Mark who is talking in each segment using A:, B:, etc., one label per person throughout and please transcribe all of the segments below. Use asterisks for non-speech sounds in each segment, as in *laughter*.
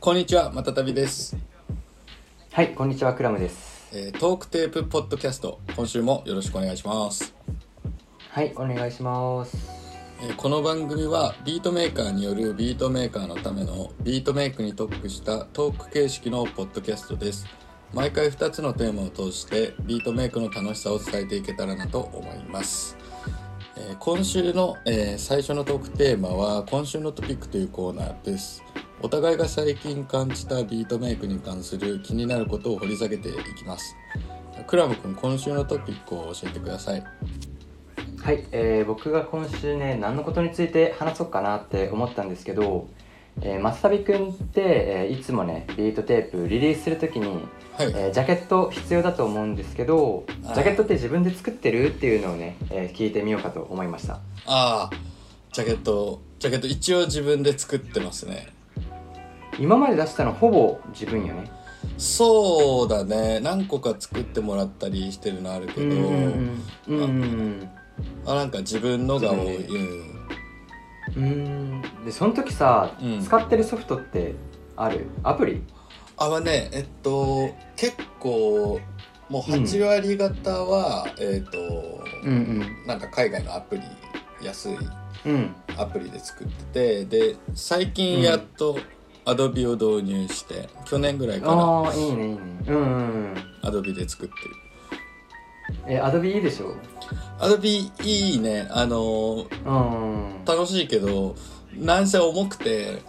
A: こんにちは、またたびです、
B: はい、こんにちは、クラムです。
A: えートークテープポッドキャスト、今週もよろしくお願いします。
B: はい、お願いします。
A: えーこの番組はビートメーカーによるビートメーカーのためのビートメイクに特化したトーク形式のポッドキャストです毎回2つのテーマを通してビートメイクの楽しさを伝えていけたらなと思います、えー今週の、えー最初のトークテーマは「今週のトピック」というコーナーですお互いが最近感じたビートメイクに関する気になることを掘り下げていきますクラム君今週のトピックを教えてください
B: はい、えー僕が今週ね、何のことについて話そうかなって思ったんですけど、えー、マスタビ君って、えーいつもね、ビートテープリリースするときに、
A: はい、
B: えージャケット必要だと思うんですけど、ジ
A: はい
B: ャケットって自分で作ってるっていうのをね、えー聞いてみようかと思いました。
A: ああジャケットジャケット一応自分で作ってますね
B: 今まで出したのほぼ自分よね。
A: そうだね何個か作ってもらったりしてるのあるけど、
B: うんうんうん。
A: あなんか自分のが多い、
B: 自
A: うん、
B: うーんでその時さ、
A: うん
B: 使ってるソフトってあるアプリ
A: あはねえっと結構もう
B: うん
A: 8割方は、えっと、
B: ん
A: なんか海外のアプリ安い
B: うんうん
A: アプリで作っててで最近やっと Adobe を導入して、去年ぐらいかな
B: ああいいねいいねうんうんうん
A: Adobe で作ってる
B: えアドビいいでしょ
A: Adobe いいねあの
B: うん
A: 楽しいけどなんせ重くて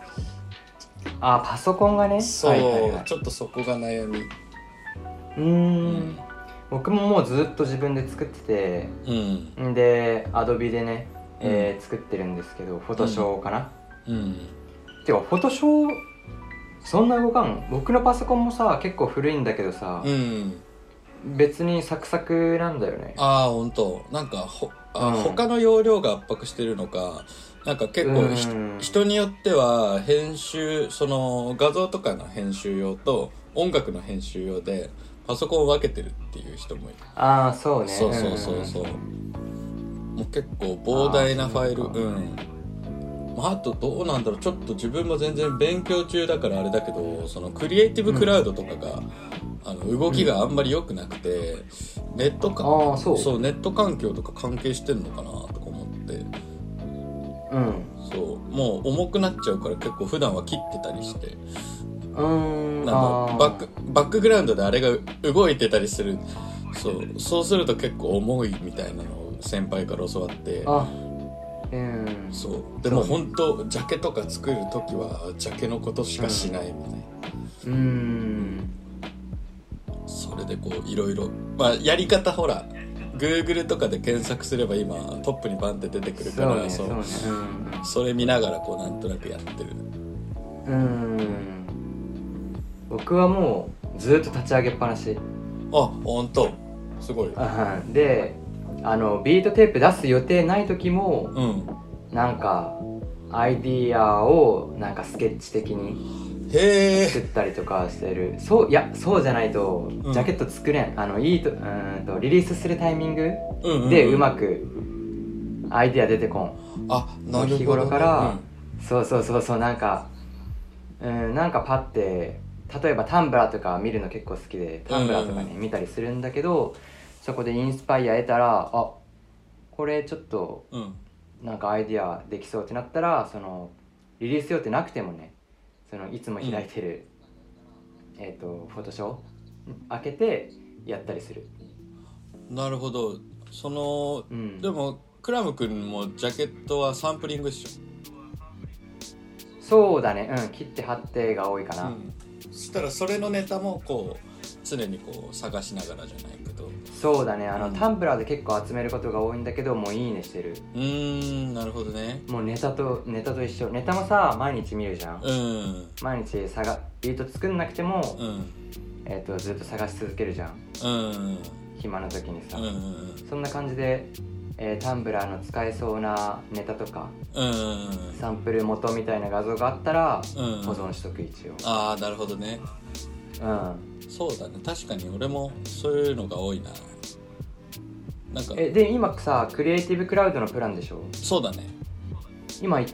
B: あパソコンがね
A: そう、
B: はいはいはい
A: ちょっとそこが悩み
B: うーん僕ももうずっと自分で作って
A: うん
B: てんでアドビでね、えー
A: う
B: 作ってるんですけどフォトショーかな、
A: うん
B: てかフォトショーそんな動かん僕のパソコンもさ結構古いんだけどさ
A: う、ん
B: 別にサクサクなんだよね
A: ああ本当なんかほあ、
B: うん
A: 他の容量が圧迫してるのかなんか結構ひ、
B: うん
A: 人によっては編集その画像とかの編集用と音楽の編集用でパソコンを分けてるっていう人もいる
B: ああそうね
A: そうそうそうそう、もう結構膨大なファイル
B: あーそううか
A: んまああとどうなんだろうちょっと自分も全然勉強中だからあれだけどそのクリエイティブクラウドとかが、あの動きがあんまり良くなくて、ネットか
B: あーそう
A: ネット環境とか関係してんのかなとか思って
B: うん
A: そうもう重くなっちゃうから結構普段は切ってたりして
B: うーん
A: なん
B: あ
A: か
B: ー
A: バックバックグラウンドであれが動いてたりするそうそうすると結構重いみたいなのを先輩から教わって
B: あうん
A: そうでも
B: そうね
A: 本当ジャケとか作る時はジャケのことしかしないみたいな、
B: うーん
A: それでこういろいろまあやり方ほら Google とかで検索すれば今トップにバンって出てくるか
B: そう
A: ら
B: ね
A: そ
B: そううね
A: それ見ながらこうなんとなくやってる
B: うんうーん僕はもうずーっと立ち上げっぱなし
A: あ本当すごい
B: うんであのビートテープ出す予定ない時も
A: うん
B: なんかアイディアをなんかスケッチ的に
A: へえ
B: 作ったりとかしてるそういやそうじゃないと
A: うん
B: ジャケット作れん、あのいいとうーんとリリースするタイミング
A: うんん
B: でうまくアイディア出てこん
A: あなるほどね、
B: 日頃からそうそうそうそうなんかうんなんかパッて例えばタンブラーとか見るの結構好きでタンブラーとか
A: うんうん
B: ね見たりするんだけどそこでインスパイア得たらあこれちょっと
A: うん、うん
B: なんかアイディアできそうってなったらそのリリース用ってなくてもねそのいつも開いてる、えっ、とフォトショー開けてやったりする、
A: なるほどその
B: うん、
A: でもクラム君もジャケットはサンプリングっしょ
B: そうだねうん切って貼ってが多いかな、
A: そしたらそれのネタもこう常にこう探しながらじゃないけどう
B: そうだねあの、
A: うん
B: タンブラーで結構集めることが多いんだけどもういいねしてる
A: ーんなるほどね
B: もうネタとネタと一緒ネタもさ毎日見るじゃん、
A: うん
B: 毎日探ビート作んなくても、
A: うん
B: えっとずっと探し続けるじゃん
A: うんうん
B: 暇な時にさ、
A: うん
B: そんな感じで、えータンブラーの使えそうなネタとか
A: うん
B: サンプル元みたいな画像があったら
A: うん
B: 保存しとく一応
A: ああなるほどね
B: うん、
A: そうだね確かに俺もそういうのが多いななんか
B: えで今さクリエイティブクラウドのプランでしょ
A: そうだね
B: 今い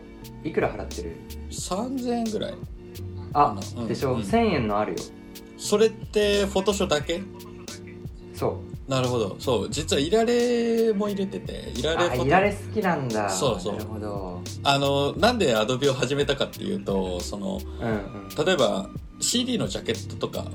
B: いくら払ってる
A: 3000円ぐらい
B: あ
A: あのうん
B: でしょ、
A: うん
B: 1000円のあるよ
A: それってフォトショーだけ
B: そ
A: なるほどそう実はいられも入れてていうられ
B: あ
A: フ
B: い
A: ォ
B: ら
A: ト
B: れ好きなんだ
A: そうそう
B: なるほど
A: あのなんでアドビを始めたかっていうとその
B: うんうん
A: 例えば CD のジャケットとか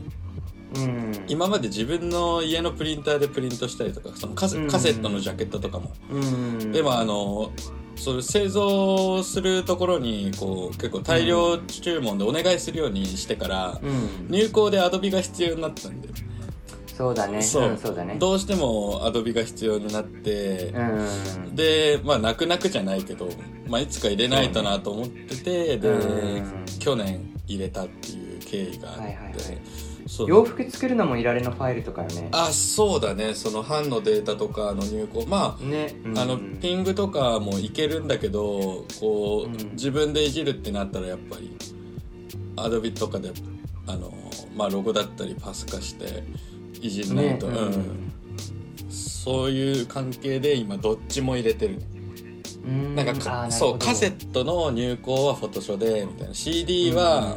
B: うん
A: 今まで自分の家のプリンターでプリントしたりとかそのカセ
B: うん
A: カセットのジャケットとかも、
B: うん
A: でもあのそれ製造するところにこう結構大量注文でお願いするようにしてから、
B: うん
A: 入稿でアドビが必要になったんで、
B: そうだね
A: そうん
B: そうだね
A: どうしてもアドビが必要になって
B: う、ん
A: でまあ泣く泣くじゃないけど、まあ、いつか入れないとなと思ってて、で、
B: うん
A: 去年入れたっていう経緯があって、
B: はいはいはい
A: そう
B: 洋服作るのもいられのファイルとかよね
A: あそうだねその版のデータとかの入稿まあ
B: ね、
A: あのピングとかもいけるんだけどこう、
B: うん
A: 自分でいじるってなったらやっぱりアドビとかであの、まあ、ロゴだったりパス化していじんないと、うんそういう関係で今どっちも入れてる
B: うん
A: なんか
B: あーなるほど
A: そうカセットの入稿はフォトショーでみたいな CD は、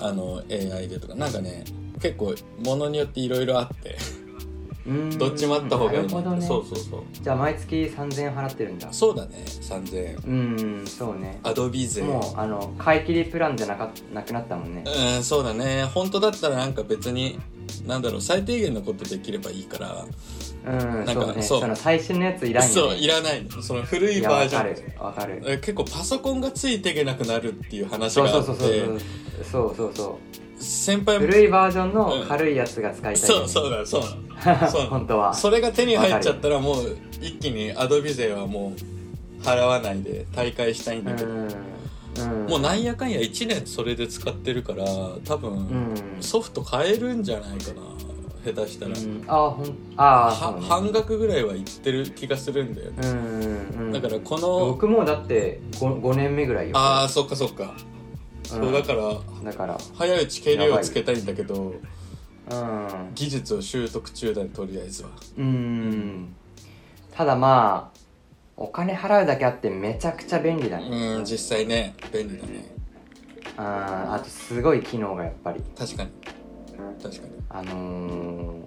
A: あの AI でとかなんかね結構ものによっていろいろあって
B: うんうん
A: どっちもあった方がいい
B: なるほどね
A: そうそうそう
B: じゃあ毎月3000円払ってるんだ
A: そうだね3000円
B: うんそうね
A: アドビ税
B: もうあの買い切りプランじゃなかなくなったもんね
A: うんそうだね本当だったらなんか別になんだろう最低限のことできればいいから
B: うん
A: んか
B: そうね
A: そう
B: その最新のやついらんよね
A: そういらないその古い
B: いや
A: バー
B: わ
A: ジ
B: か
A: ョン
B: るわかる
A: え結構パソコンがついていけなくなるっていう話
B: そう
A: が
B: そ
A: あ
B: う
A: っ
B: そう
A: て
B: そうそうそうそ
A: 先
B: う
A: 輩も
B: 古いバージョンの軽いやつが使いたい、
A: そうそうだそうだ
B: *laughs*
A: そう
B: 本当は
A: それが手に入っちゃったらもう一気にアドビ税はもう払わないで大会したいん
B: う
A: だけど
B: んうん
A: もうなんやかんや1年それで使ってるから多
B: う
A: 分
B: ん
A: ソフト変えるんじゃないかな下手したら、
B: うんあほんあ
A: は
B: あそうね
A: 半額ぐらいはいってる気がするんだよね
B: うんうん
A: だからこの
B: 僕もだってご 5, 年目ぐらいよ
A: ああそっかそっか、
B: うん
A: そうだから
B: だから
A: 早いうち計量をつけたいんだけど
B: うん
A: 技術を習得中だねとりあえずは
B: うんただまあお金払うだけあってめちゃくちゃ便利だね
A: うん実際ね便利だね
B: ああとすごい機能がやっぱり
A: 確かに確かに
B: あのー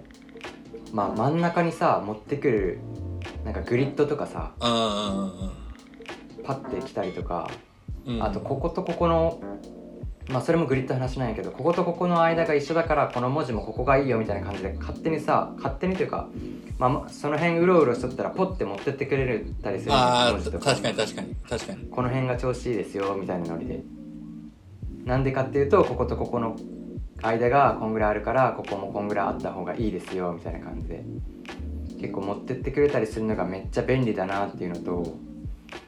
B: まあ真ん中にさ持ってくるなんかグリッドとかさ
A: ああ
B: パッて来たりとか、
A: うん
B: あとこことここのまあそれもグリッドの話なんやけどこことここの間が一緒だからこの文字もここがいいよみたいな感じで勝手にさ勝手にというか、まあま、その辺うろうろしとったらポッて持ってってくれたりする
A: あ
B: 文
A: あ
B: 字と
A: 確かに確かに確かに
B: この辺が調子いいですよみたいなノリでなんでかっていうとこことここの間がこんぐらいあるからここもこんぐらいあった方がいいですよみたいな感じで結構持ってってくれたりするのがめっちゃ便利だなっていうのと、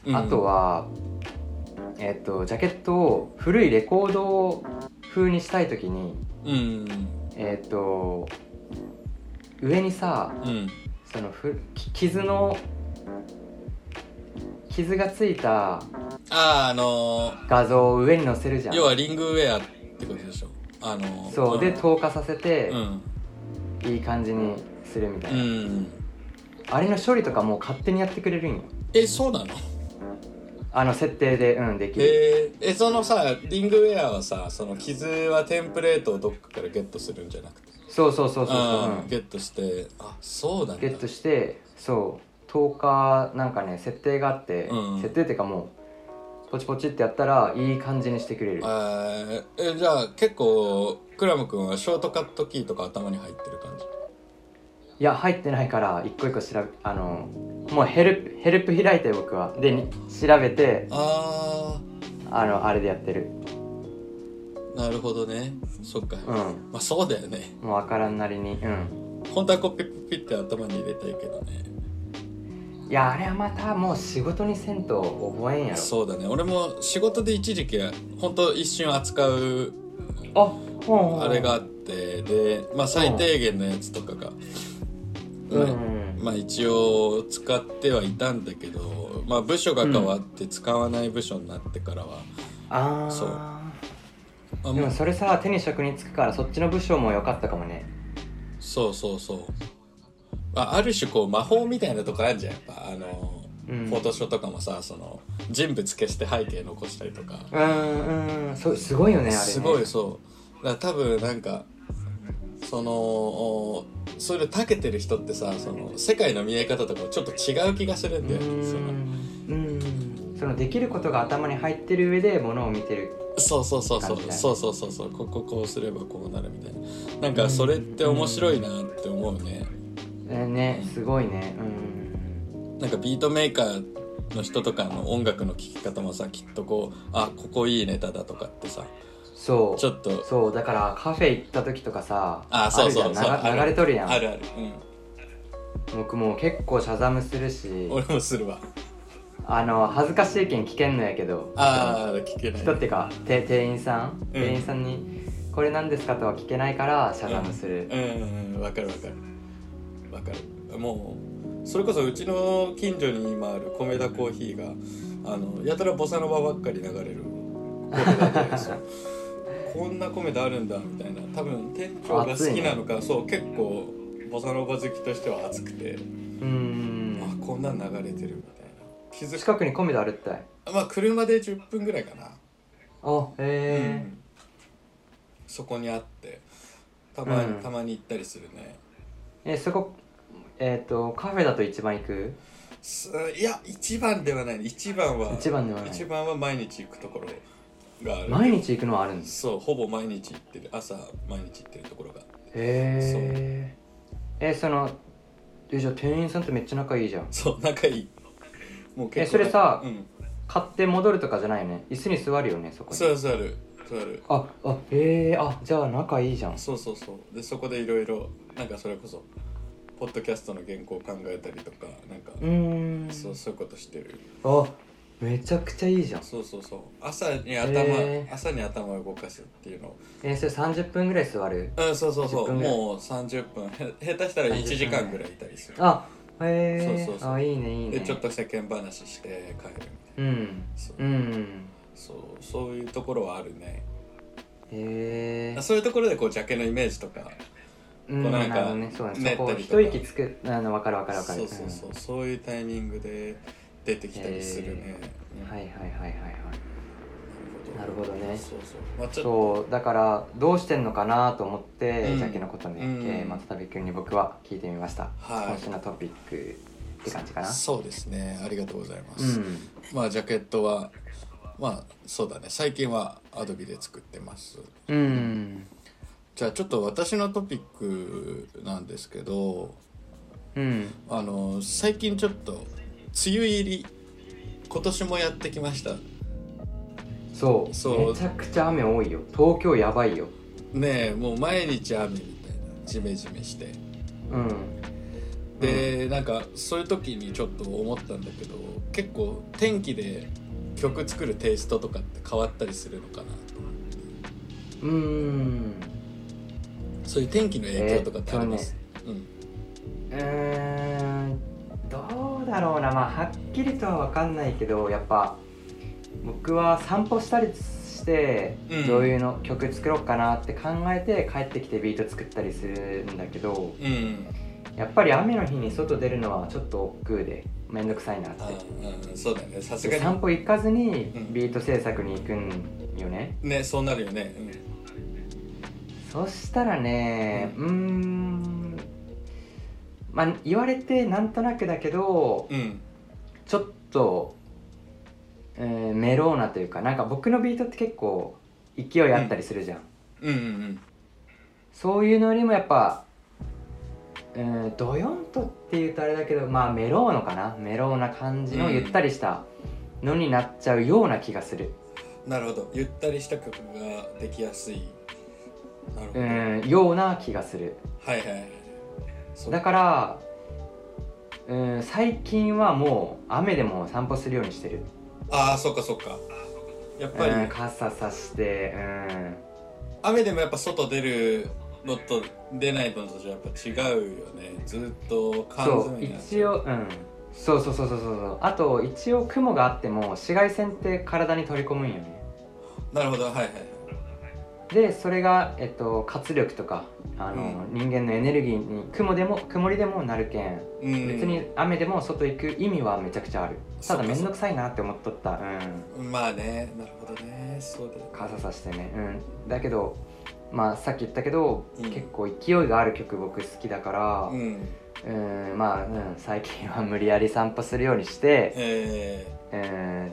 A: うん
B: あとはえっ、とジャケットを古いレコード風にしたい時に
A: うん
B: えっ、と上にさ
A: うん
B: そのふき傷の傷がついた
A: あああの
B: 画像を上に載せるじゃ
A: ー
B: ん
A: 要はリングウェアってことでしょあのー
B: そうで透過させて
A: うん
B: いい感じにするみたいうな、
A: ん
B: あれの処理とかもう勝手にやってくれるんよ
A: えそうなの
B: あの設定でうんできる
A: えーえそのさリングウェアはさその傷はテンプレートをどっかからゲットするんじゃなくて
B: そうそうそうそうそう、
A: あ
B: う
A: ー
B: ん
A: ゲットしてあそうなんだ
B: ゲットしてそう透過なんかね設定があって、
A: うん
B: 設定っていうかもうポチポチってやったらいい感じにしてくれる
A: あーえじゃあ結構クラム君はショートカットキーとか頭に入ってる感じ
B: いや入ってないから一個一個調べあのもうヘルプヘルプ開いて僕はでに調べて
A: あ
B: あのあれでやってる
A: ーなるほどねそっか、
B: うん
A: まあそうだよね
B: もうわからんなりにうん
A: 本当はこうピッピッピッって頭に入れたいけどね
B: いやあれはまたもう仕事にせんと覚えんやろ
A: そうだね俺も仕事で一時期本当一瞬扱う
B: あうんうん
A: あれがあってで、まあ、最低限のやつとかが、
B: うん
A: ねまあ、一応使ってはいたんだけど、まあ、部署が変わって使わない部署になってからは、
B: ああ
A: そうまあ
B: で
A: も
B: も
A: う
B: それさ手に職につくからそっちの部署も良かったかもね
A: そうそうそう、まあ、ある種こう魔法みたいなとこあるじゃんやっぱあの、
B: うん
A: フォトショーとかもさその人物消して背景残したりとか
B: うんうんそうすごいよねあれね
A: すごいそうだから多分なんかそのおそれ長けてる人ってさその世界の見え方とかもちょっと違う気がするんだよねその
B: うんそのできることが頭に入ってる上でものを見てる
A: そうそうそうそ
B: 感じ
A: う
B: だよね
A: そうそうそうそうこここうすればこうなるみたいななんかそれって面白いなって思うね
B: えーねすごいね
A: なんかビートメーカーの人とかの音楽の聴き方もさきっとこうあここいいネタだとかってさ
B: うんそう
A: ちょっと
B: そうだからカフェ行った時とかさ
A: あそうそう
B: るじ
A: そう
B: ゃん
A: あ
B: 流流れとるやん
A: あるある、
B: 僕もう結構シャザムする
A: う
B: し
A: ん、俺もするわ
B: あの恥ずかしいけん聞けんのやけど
A: ああ聞けない
B: 人っていうかて店員さん、
A: ん
B: 店員さんに「これ何ですか?」とは聞けないからシャザムす
A: う
B: る、
A: んうんわかるわかるわかるもうそれこそうちの近所に今ある米田コーヒーがあのやたらボサノバばっかり流れる米田で
B: *laughs*
A: そうこんな米田あるんだみたいな多分店長が好きなのか、そう結構ボサノバ好きとしては熱くて、
B: うーん
A: あこんなん流れてるみたいな気づく
B: 近くにコメダあるったい
A: まあ車で10分ぐらいかな
B: あへ
A: うんそこにあってたまに、
B: うん
A: たまに行ったりするね
B: え、えそこえっ、とカフェだと一番行く
A: すいや一番ではない一番は
B: 一番ではない
A: 一番は毎日行くところがある
B: 毎日行くのはあるんです
A: そうほぼ毎日行ってる朝毎日行ってるところが
B: へええそのえじゃあ店員さんとめっちゃ仲いいじゃん
A: そう仲いいもう
B: え
A: 結構
B: それさ
A: うん
B: 買って戻るとかじゃないよね椅子に座るよねそこに
A: そうそうあるそうある
B: ああへえあじゃあ仲いいじゃん
A: そうそうそうでそこでいろいろなんかそれこそポッドキャストの原稿を考えたりとかなんか
B: うーん
A: そうそういうことしてる
B: あめちゃくちゃいいじゃん
A: そうそうそう朝に頭、
B: へー
A: 朝に頭を動かすっていうのを
B: えそれ30分ぐらい座る
A: うんそうそうそう
B: 10分ぐらい
A: もう30分へ下手したら1時間ぐらいいたりする
B: あへえ
A: そうそうそう
B: あいいねいいね
A: でちょっと世間話して帰るみたいな
B: うん
A: そう,、
B: うん
A: そうそういうところはあるね
B: へえ
A: そういうところでこうジャケのイメージとか
B: うん
A: こう
B: な
A: な
B: る
A: んか
B: ほどねそうだ
A: 練
B: ね
A: っ
B: そ
A: た
B: こ
A: りと
B: 一
A: か
B: 息つくあの分かる分かる分かる
A: そうそうそう、そういうタイミングで出てきたりするね、う
B: う
A: んん
B: はいはいはいはいはいなるほどね
A: そうそうまあちょっ
B: そうだからどうしてんのかなと思って、
A: うん
B: ジャケのことに、え
A: う
B: ー、
A: ん
B: 松田部君に僕は聞いてみました、
A: はい
B: 今週のトピックって感じか
A: と
B: な
A: そうですねありがとうございま
B: う
A: す、
B: ん
A: まあジャケットはまあそうだね最近はアドビで作ってます
B: うん
A: じゃあちょっと私のトピックなんですけど
B: うん
A: あの最近ちょっと梅雨入り今年もやってきました
B: そう
A: そう
B: めちゃくちゃ雨多いよ東京やばいよ
A: ねえもう毎日雨みたいなジメジメして
B: うん
A: で、なんかそういう時にちょっと思ったんだけど結構天気で曲作るテイストとかって変わったりするのかなと思って
B: うん
A: そういう天気の影響とかってあります、
B: うーんどうだろうなまあはっきりとは分かんないけどやっぱ僕は散歩したりして
A: うん
B: 女優の曲作ろうかなって考えて帰ってきてビート作ったりするんだけど
A: うんうん
B: やっぱり雨の日に外出るのはちょっと億劫で面倒くさいなっ
A: あ
B: て
A: うんそうだよねさす
B: で
A: が
B: 散歩行かずに
A: うん
B: ビート制作に行くんよね、
A: にねそうなるよね、
B: そしたらねうーんまあ言われてなんとなくだけど
A: うん、うん
B: ちょっと、えーメローなというかなんか僕のビートって結構勢いあったりするじゃん、
A: うんうん
B: そういうのよりもやっぱ、えー、ドヨンとって言うとあれだけどまあメローのかなメローな感じの
A: うん
B: ゆったりしたのになっちゃうような気がする、
A: うんなるほどゆったりした曲ができやすいなるほ
B: う
A: ど、はい
B: ん、ような気がする
A: はいはいそう
B: だから、うん、最近はもう雨でも散歩するようにしてる、
A: ああそっかそっかやっぱり、
B: うん、傘さしてうん
A: 雨でもやっぱ外出るのと出ないのとじゃやっぱ違うよねずっと缶
B: そ
A: 詰
B: う
A: になっ
B: 一
A: ちゃう
B: 応うんそうそうそうそうそうそうあと一応雲があっても紫外線って体に取り込むんよね
A: なるほどはいはい
B: でそれが、えっと、活力とかあの、人間のエネルギーに雲でも曇りでもなるけん
A: うん
B: 別に雨でも外行く意味はめちゃくちゃあるた
A: そっかそっ
B: だ
A: か
B: 面倒くさいなって思っとったうん
A: まあねなるほどねそうだよ
B: 傘さしてねうんだけどまあさっき言ったけど、
A: うん
B: 結構勢いがある曲僕好きだから
A: うん
B: うんまあ、うん、最近は無理やり散歩するようにして
A: え
B: うん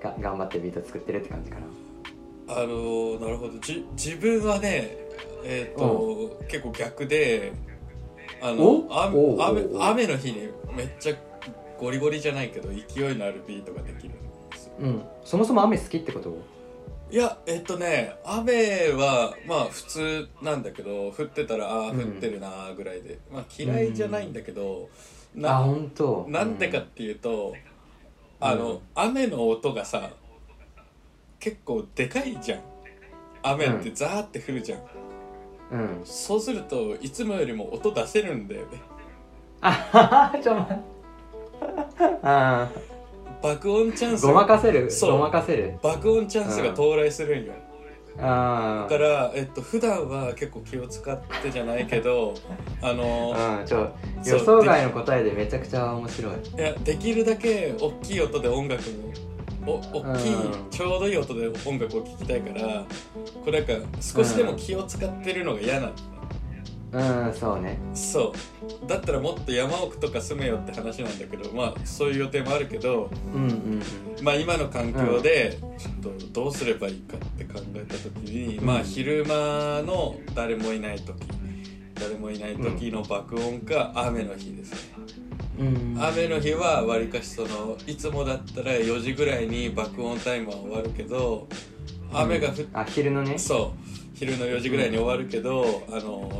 B: が頑張ってビート作ってるって感じかな
A: ー、あのなるほどじ自分はねえっ、と、結構逆であの
B: お
A: 雨
B: おうおう
A: 雨
B: おう
A: 雨の日にめっちゃゴリゴリじゃないけど勢いのあるビートができるんですよ
B: うんそもそも雨好きってこと
A: いやえっとね雨はまあ普通なんだけど降ってたらああ
B: う
A: 降
B: ん
A: ってるなーぐらいで、まあ嫌いじゃないんだけど、
B: あ
A: な
B: 本当
A: なんでかっていうと、あの、
B: うん
A: 雨の音がさ結構でかいじゃん雨ってザーって降るじゃん、
B: うん、うん、
A: そうするといつもよりも音出せるんだよね
B: あははちょ待ってあ
A: 爆音チャン
B: ー
A: ス
B: ごまかせ
A: *laughs*
B: る
A: そう
B: ごまかせる
A: 爆音チャンスが到来するんよ、
B: あ
A: だか
B: ー
A: ら、えっと普段は結構気を使ってじゃないけどあの
B: うんちょ
A: そう
B: 予想外の答えでめちゃくちゃ面白い
A: いやできるだけ大きい音で音楽をお大きい、
B: うん
A: ちょうどいい音で音楽を聴きたいからこれなんか少しでも気を使ってるのが嫌なの、
B: うんそうね
A: そうだったらもっと山奥とか住めよって話なんだけどまあそういう予定もあるけど
B: うんうん
A: まあ今の環境でちょっとどうすればいいかって考えた時に、
B: うん
A: まあ昼間の誰もいない時誰もいない時の爆音か雨の日ですね
B: うんうん
A: 雨の日はわりかしそのいつもだったら4時ぐらいに爆音タイマー終わるけど雨が降っ
B: うんあ昼のね
A: そう昼の4時ぐらいに終わるけどあの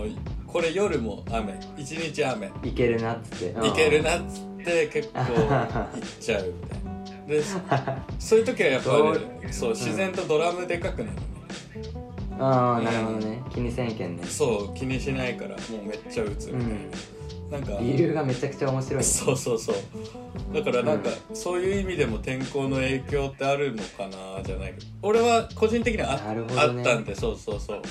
A: これ夜も雨一日雨い
B: いけるなっつってい
A: けるなっつって結構行っちゃうみたいなでそそういう時はやっぱり、ね、そう自然とドラムでかくなる、ね
B: ああなるほどね気にせんけんね
A: そう気にしないからもうめっちゃ打つみたいな、なんか
B: 理由がめちゃくちゃ面白いね
A: *laughs* そうそうそうだからなんか、そういう意味でも天候の影響ってあるのかなじゃないけど俺は個人的にはあ,、
B: なるほ
A: あ
B: どね
A: ったんでそうそうそう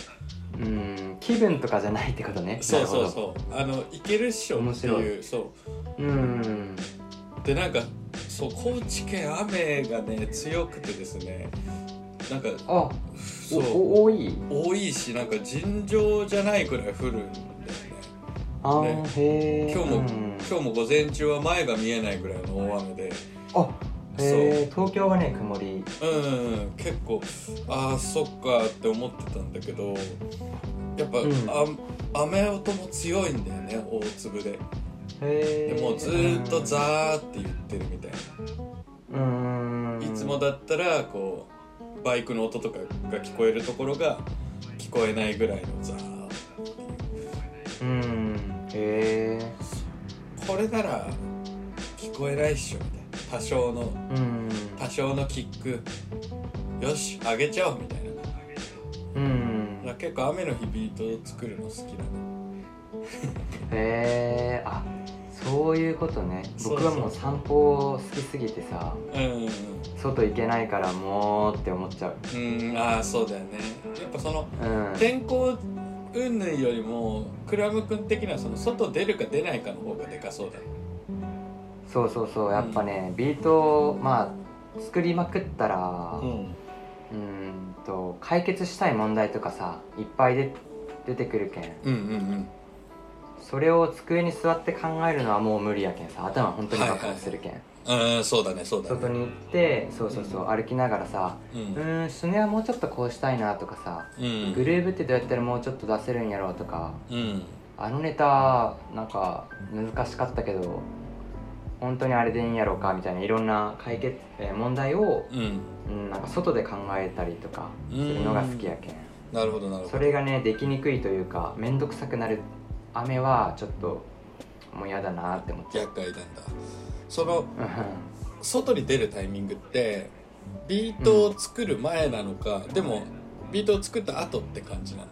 B: うん気分とかじゃないってことね
A: そうそうそうあのいけるっしょ
B: 面
A: って
B: 白
A: いうそう
B: ううん
A: うでなんかそう高知県雨がね強くてですねなんか
B: あお
A: そう
B: お多い
A: 多いしなんか尋常じゃないくらい降るんだよね
B: あー
A: ね
B: へえ
A: 今日も、
B: うん
A: 今日も午前中は前が見えないぐらいの大雨で
B: あへえ東京はね曇り
A: うん結構ああそっかって思ってたんだけどやっぱ、
B: うん
A: あ雨音も強いんだよね大粒で
B: へ
A: で
B: え
A: もうずーっとザーって言ってるみたい
B: うんうん
A: な、いつもだったらこうバイクの音とかが聞こえるところが聞こえないぐらいのザー
B: うんへえ
A: これなら聞こえないっしょみたいな多少の
B: うん
A: 多少のキックよし上げちゃおうみたいなだか
B: うん
A: ら結構雨の日ビートを作るの好きなの
B: へえあそういうことね
A: そう
B: 僕はもう散歩好きすぎてさ
A: うん
B: 外行けないからもうって思っちゃう
A: うんああそうだよねやっぱその
B: うん
A: 天候云々よりもクラム君的にはその外出るか出ないかの方がでかそうだね
B: そうそうそうやっぱね、ビートをまあ作りまくったらうん
A: ん
B: んと解決したい問題とかさいっぱいで出てくるけん
A: うんうん
B: それを机に座って考えるのはもう無理やけんさ頭本当に爆発するけん、
A: うんうんそうだねそうだ
B: 外
A: ね
B: に行ってそうそうそう歩きながらさ
A: う
B: うんーんスネはもうちょっとこうしたいなとかさ
A: うん
B: グルーブってどうやったらもうちょっと出せるんやろうとか
A: うん
B: あのネタなんか難しかったけど本当にあれでいいんやろうかみたいないろんな解決、えー問題を、
A: うん
B: うん、なんか外で考えたりとかするのが好きやけん
A: なるほどなるほ
B: そ
A: ど
B: れがねできにくいというか面倒くさくなる雨はちょっともう嫌だなって思っちゃう
A: 厄介なんだその
B: うん
A: 外に出るタイミングってビートを作る前なのか、でもビートを作った後って感じなの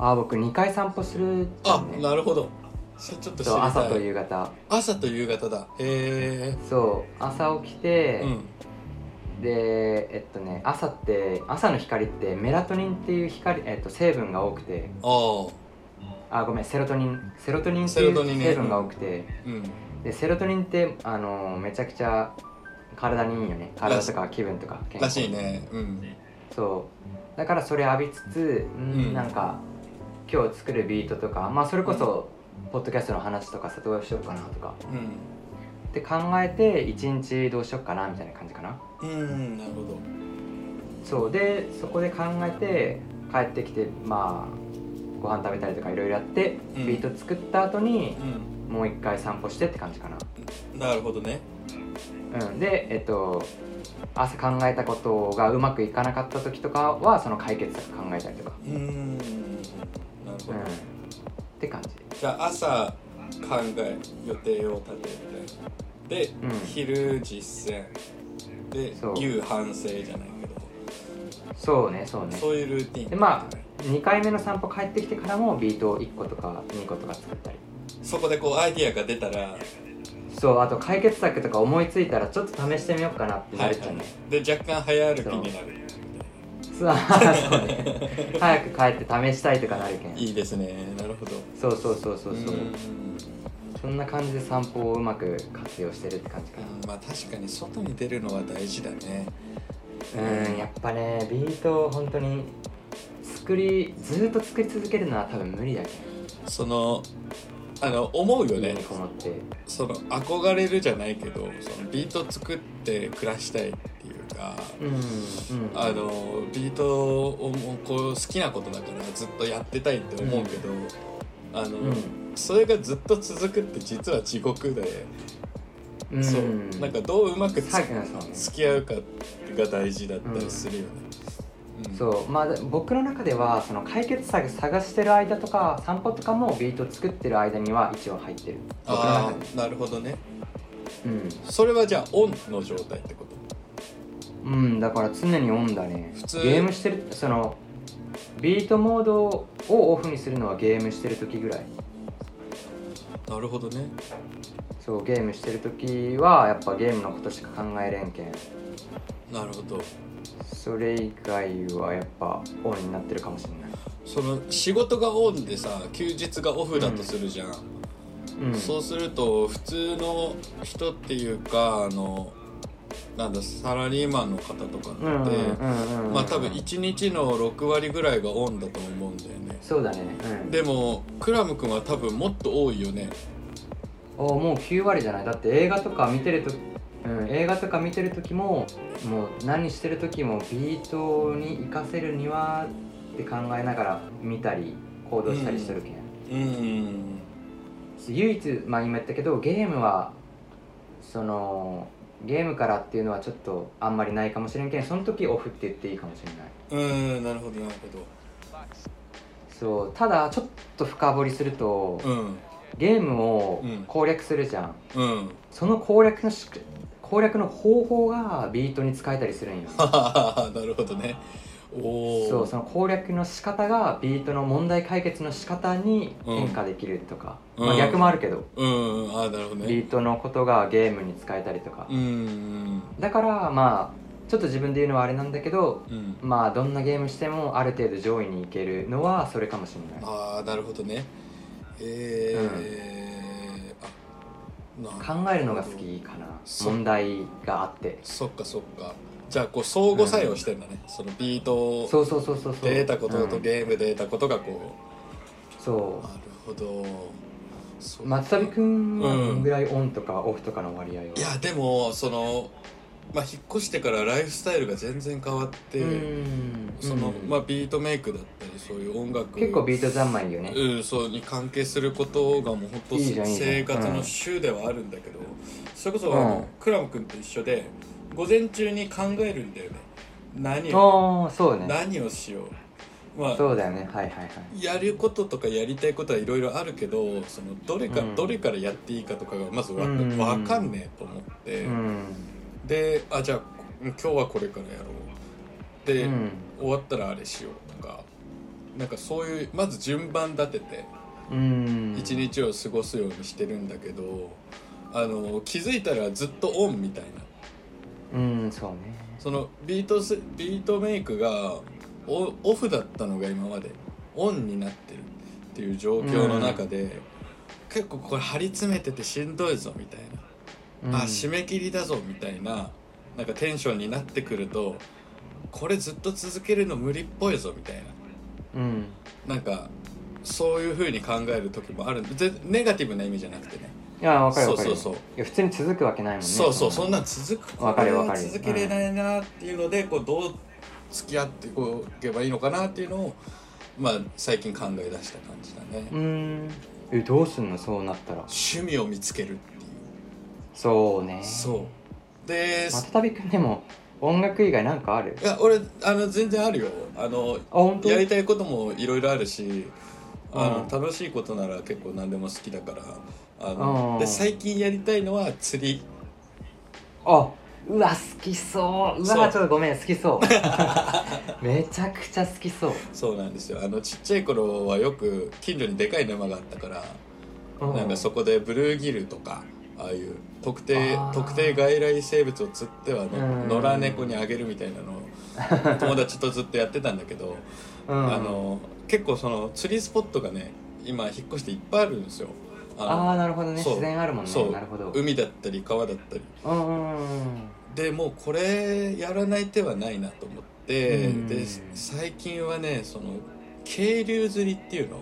B: あー僕2回散歩するじゃ
A: あ
B: ん、ね、
A: なるほどそれちょっと知り
B: そう
A: たい
B: 朝と夕方
A: 朝と夕方だへえ
B: そう朝起きて、
A: うん
B: でえっとね朝って朝の光ってメラトニンっていう光、えっと、成分が多くて
A: ああ
B: あごめんセロトニンセロトニンって
A: セ
B: い
A: ロトニン
B: う
A: ね
B: 成分が多くて
A: うん
B: でセロトニンってあのめちゃくちゃ体にいいよね体とか気分とか健
A: ら
B: 康
A: しいねうん
B: そうだからそれ浴びつつ、うん
A: うん
B: なんか今日作るビートとかまあそれこそポッドキャストの話とかさどうしようかなとかって考えて一日どうしようかなみたいな感じかな
A: うんうんなるほど
B: そうでそこで考えて帰ってきてまあご飯食べたりとかいろいろやって、
A: うん
B: ビート作った後に
A: う
B: もう一回散歩してって感じかな、
A: んなるほどね
B: うん、でえっと朝考えたことがうまくいかなかった時とかはその解決策考えたりとか、
A: うんなるほど
B: うん、って感じ
A: じゃあ朝考え予定を立てるみたいなで、
B: うん
A: 昼実践で
B: そう
A: 夕反省じゃないけど
B: そうねそうね
A: そういうルーティン
B: でまあ2回目の散歩帰ってきてからもビートを1個とか2個とか作ったり
A: そこでこうアイディアが出たら、
B: そうあと解決策とか思いついたらちょっと試してみようかなってな
A: は
B: る
A: い
B: じゃんね、
A: で若干早歩きになる
B: そうそうね早く帰って試したいとかなるけん
A: いいですねなるほど
B: そうそうそうそうそう、
A: ん
B: そんな感じで散歩をうまく活用してるって感じか
A: うんまあ確かに外に出るのは大事だね
B: なうんやっぱねビートを本当に作りずーっと作り続けるのは多分無理だけ
A: そのあの思う
B: ど
A: よ
B: 家
A: ね
B: にこもって
A: その憧れるじゃないけどそのビート作って暮らしたいっていうか
B: うんうん
A: あのビートをもうこう好きなことだからずっとやってたいって思うけど、あの、
B: うん
A: それがずっと続くって実は地獄で、
B: うん
A: そう
B: うん
A: なんかどううまくつ
B: さっきのそうね
A: 付き合うかが大事だったりするよね。うん
B: そうまあ僕の中ではその解決策探してる間とか散歩とかもビート作ってる間には一応入ってる僕の
A: あ
B: 中で
A: あなるほどね。
B: う
A: それはじゃあオンの状態ってこと
B: ん、うん、だから常にオンだね
A: 普通
B: ゲームしてるそのビートモードをオフにするのはゲームしてる時ぐらい
A: なるほどね。
B: そうゲームしてる時はやっぱゲームのことしか考えれんけん
A: なるほど。
B: それ以外はやっぱオンになってるかもしれない
A: その仕事がオンでさ休日がオフだとするじゃん。
B: うん
A: そうすると普通の人っていうかあのなんだサラリーマンの方とかって、
B: うんうんうんうん
A: まあ多分1日の6割ぐらいがオンだと思うんだよね
B: そうだね、うん、
A: でもクラム君は多分もっと多いよね
B: あもう9割じゃないだって映画とか見てると、うん、映画とか見てる時ももう何してる時もビートに活かせるにはって考えながら見たり行動したりしてるけん、
A: うん
B: 唯一、まあ、今言ったけどゲームはそのゲームからっていうのはちょっとあんまりないかもしれんけんその時オフって言っていいかもしれない
A: うんなるほどなる
B: そうただちょっと深掘りすると、
A: ほどうん
B: ゲームを
A: うん
B: 攻略するじゃん、
A: うん *laughs*
B: その攻略のし攻略の方法がビートに使えたりするんよ
A: ははははなるほどねおお
B: そうその攻略の仕方がビートの問題解決の仕方に
A: うん
B: 変化できるとか、
A: うん
B: まあ、逆もあるけど、
A: うんああなるほど
B: ビ
A: ね
B: ートのことがゲームに使えたりとか、
A: うん
B: だからまあちょっと自分で言うのはあれなんだけど
A: うん
B: まあどんなゲームしてもある程度上位に行けるのはそれかもしれない
A: ああなるほどねええあな
B: 考えるのが好きかな
A: そう
B: 問題があって
A: そっかそっかじゃあこう相互作用してんだね、そのビート
B: そうそうそうそうそう
A: で得たこと
B: う
A: と
B: ん
A: ゲームで得たことがこう、
B: そ
A: なるほどそうう
B: 松旅くん
A: う
B: は
A: ん
B: どんぐらいオンとかオフとかの割合はい
A: やでもそのまあ引っ越してからライフスタイルが全然変わって、
B: うん
A: その
B: うん
A: まあ、ビートメイクだったりそういう音楽
B: 結構ビート三昧よね
A: うん、そうに関係することがもう本当
B: いいじゃんいいじゃん
A: 生活の週ではあるんだけどそれこそあの、
B: うん
A: クラム君と一緒で午前中に考えるんだよね何を
B: ああそうね
A: 何をしようまあ
B: そうだよねはいはいはい
A: やることとかやりたいことはいろいろあるけどそのどれか、
B: うん
A: どれからやっていいかとかがまずわか,、
B: うん
A: わかんねえと思って、
B: うん
A: であじゃあ今日はこれからやろうで、
B: うん
A: 終わったらあれしようとかなんかそういうまず順番立てて
B: うん
A: 一日を過ごすようにしてるんだけどあの気づいたらずっとオンみたいな
B: うんそうね
A: そのビートスビートメイクがオオフだったのが今までオンになってるっていう状況の中で、結構これ張り詰めててしんどいぞみたい
B: うん
A: な、あ締め切りだぞみたいななんかテンションになってくるとこれずっと続けるの無理っぽいぞみたい
B: うん
A: ななんかそういう風に考える時もあるぜネガティブな意味じゃなくてね
B: いやわかる
A: そ
B: わ
A: う
B: かる
A: そうそう
B: いや普通に続くわけないもんね
A: そうそうそんなん続く
B: わかるわかる
A: これは続けれないなっていうのでこうどう付き合ってこういけばいいのかなっていうのをまあ最近考え出した感じだね、
B: うんえどうすんのそうなったら
A: 趣味を見つけるっていう
B: そうね
A: そうで
B: またたびくんでも音楽以外なんかある
A: いや俺あの全然あるよあの
B: あ本当
A: やりたいこともいろいろあるしあの、
B: うん
A: 楽しいことなら結構何でも好きだからあ
B: う
A: の
B: ん
A: で最近やりたいのは釣り
B: あうわ好きそうう
A: そ
B: わ
A: う
B: ちょっとごめん好きそう
A: *laughs*
B: めちゃくちゃ好きそう、
A: そうなんですよあのちっちゃい頃はよく近所にでかい沼があったから
B: う
A: なんかそこでブルーギルとかああいう特定
B: あー
A: 特定外来生物を釣っては
B: う
A: の
B: ん
A: 野良猫にあげるみたいなのを
B: *laughs*
A: 友達とずっとやってたんだけど、
B: うん、
A: あの結構その釣りスポットがね今引っ越していっぱいあるんですよ。
B: あ
A: あ
B: あなるほどね
A: そう
B: 自然あるもん
A: そ
B: ね
A: う
B: なるほど
A: の
B: うん
A: 海だったり川だったり
B: うんうん
A: でもうこれやらない手はないなと思って、
B: うん
A: で最近はねその渓流釣りっていうの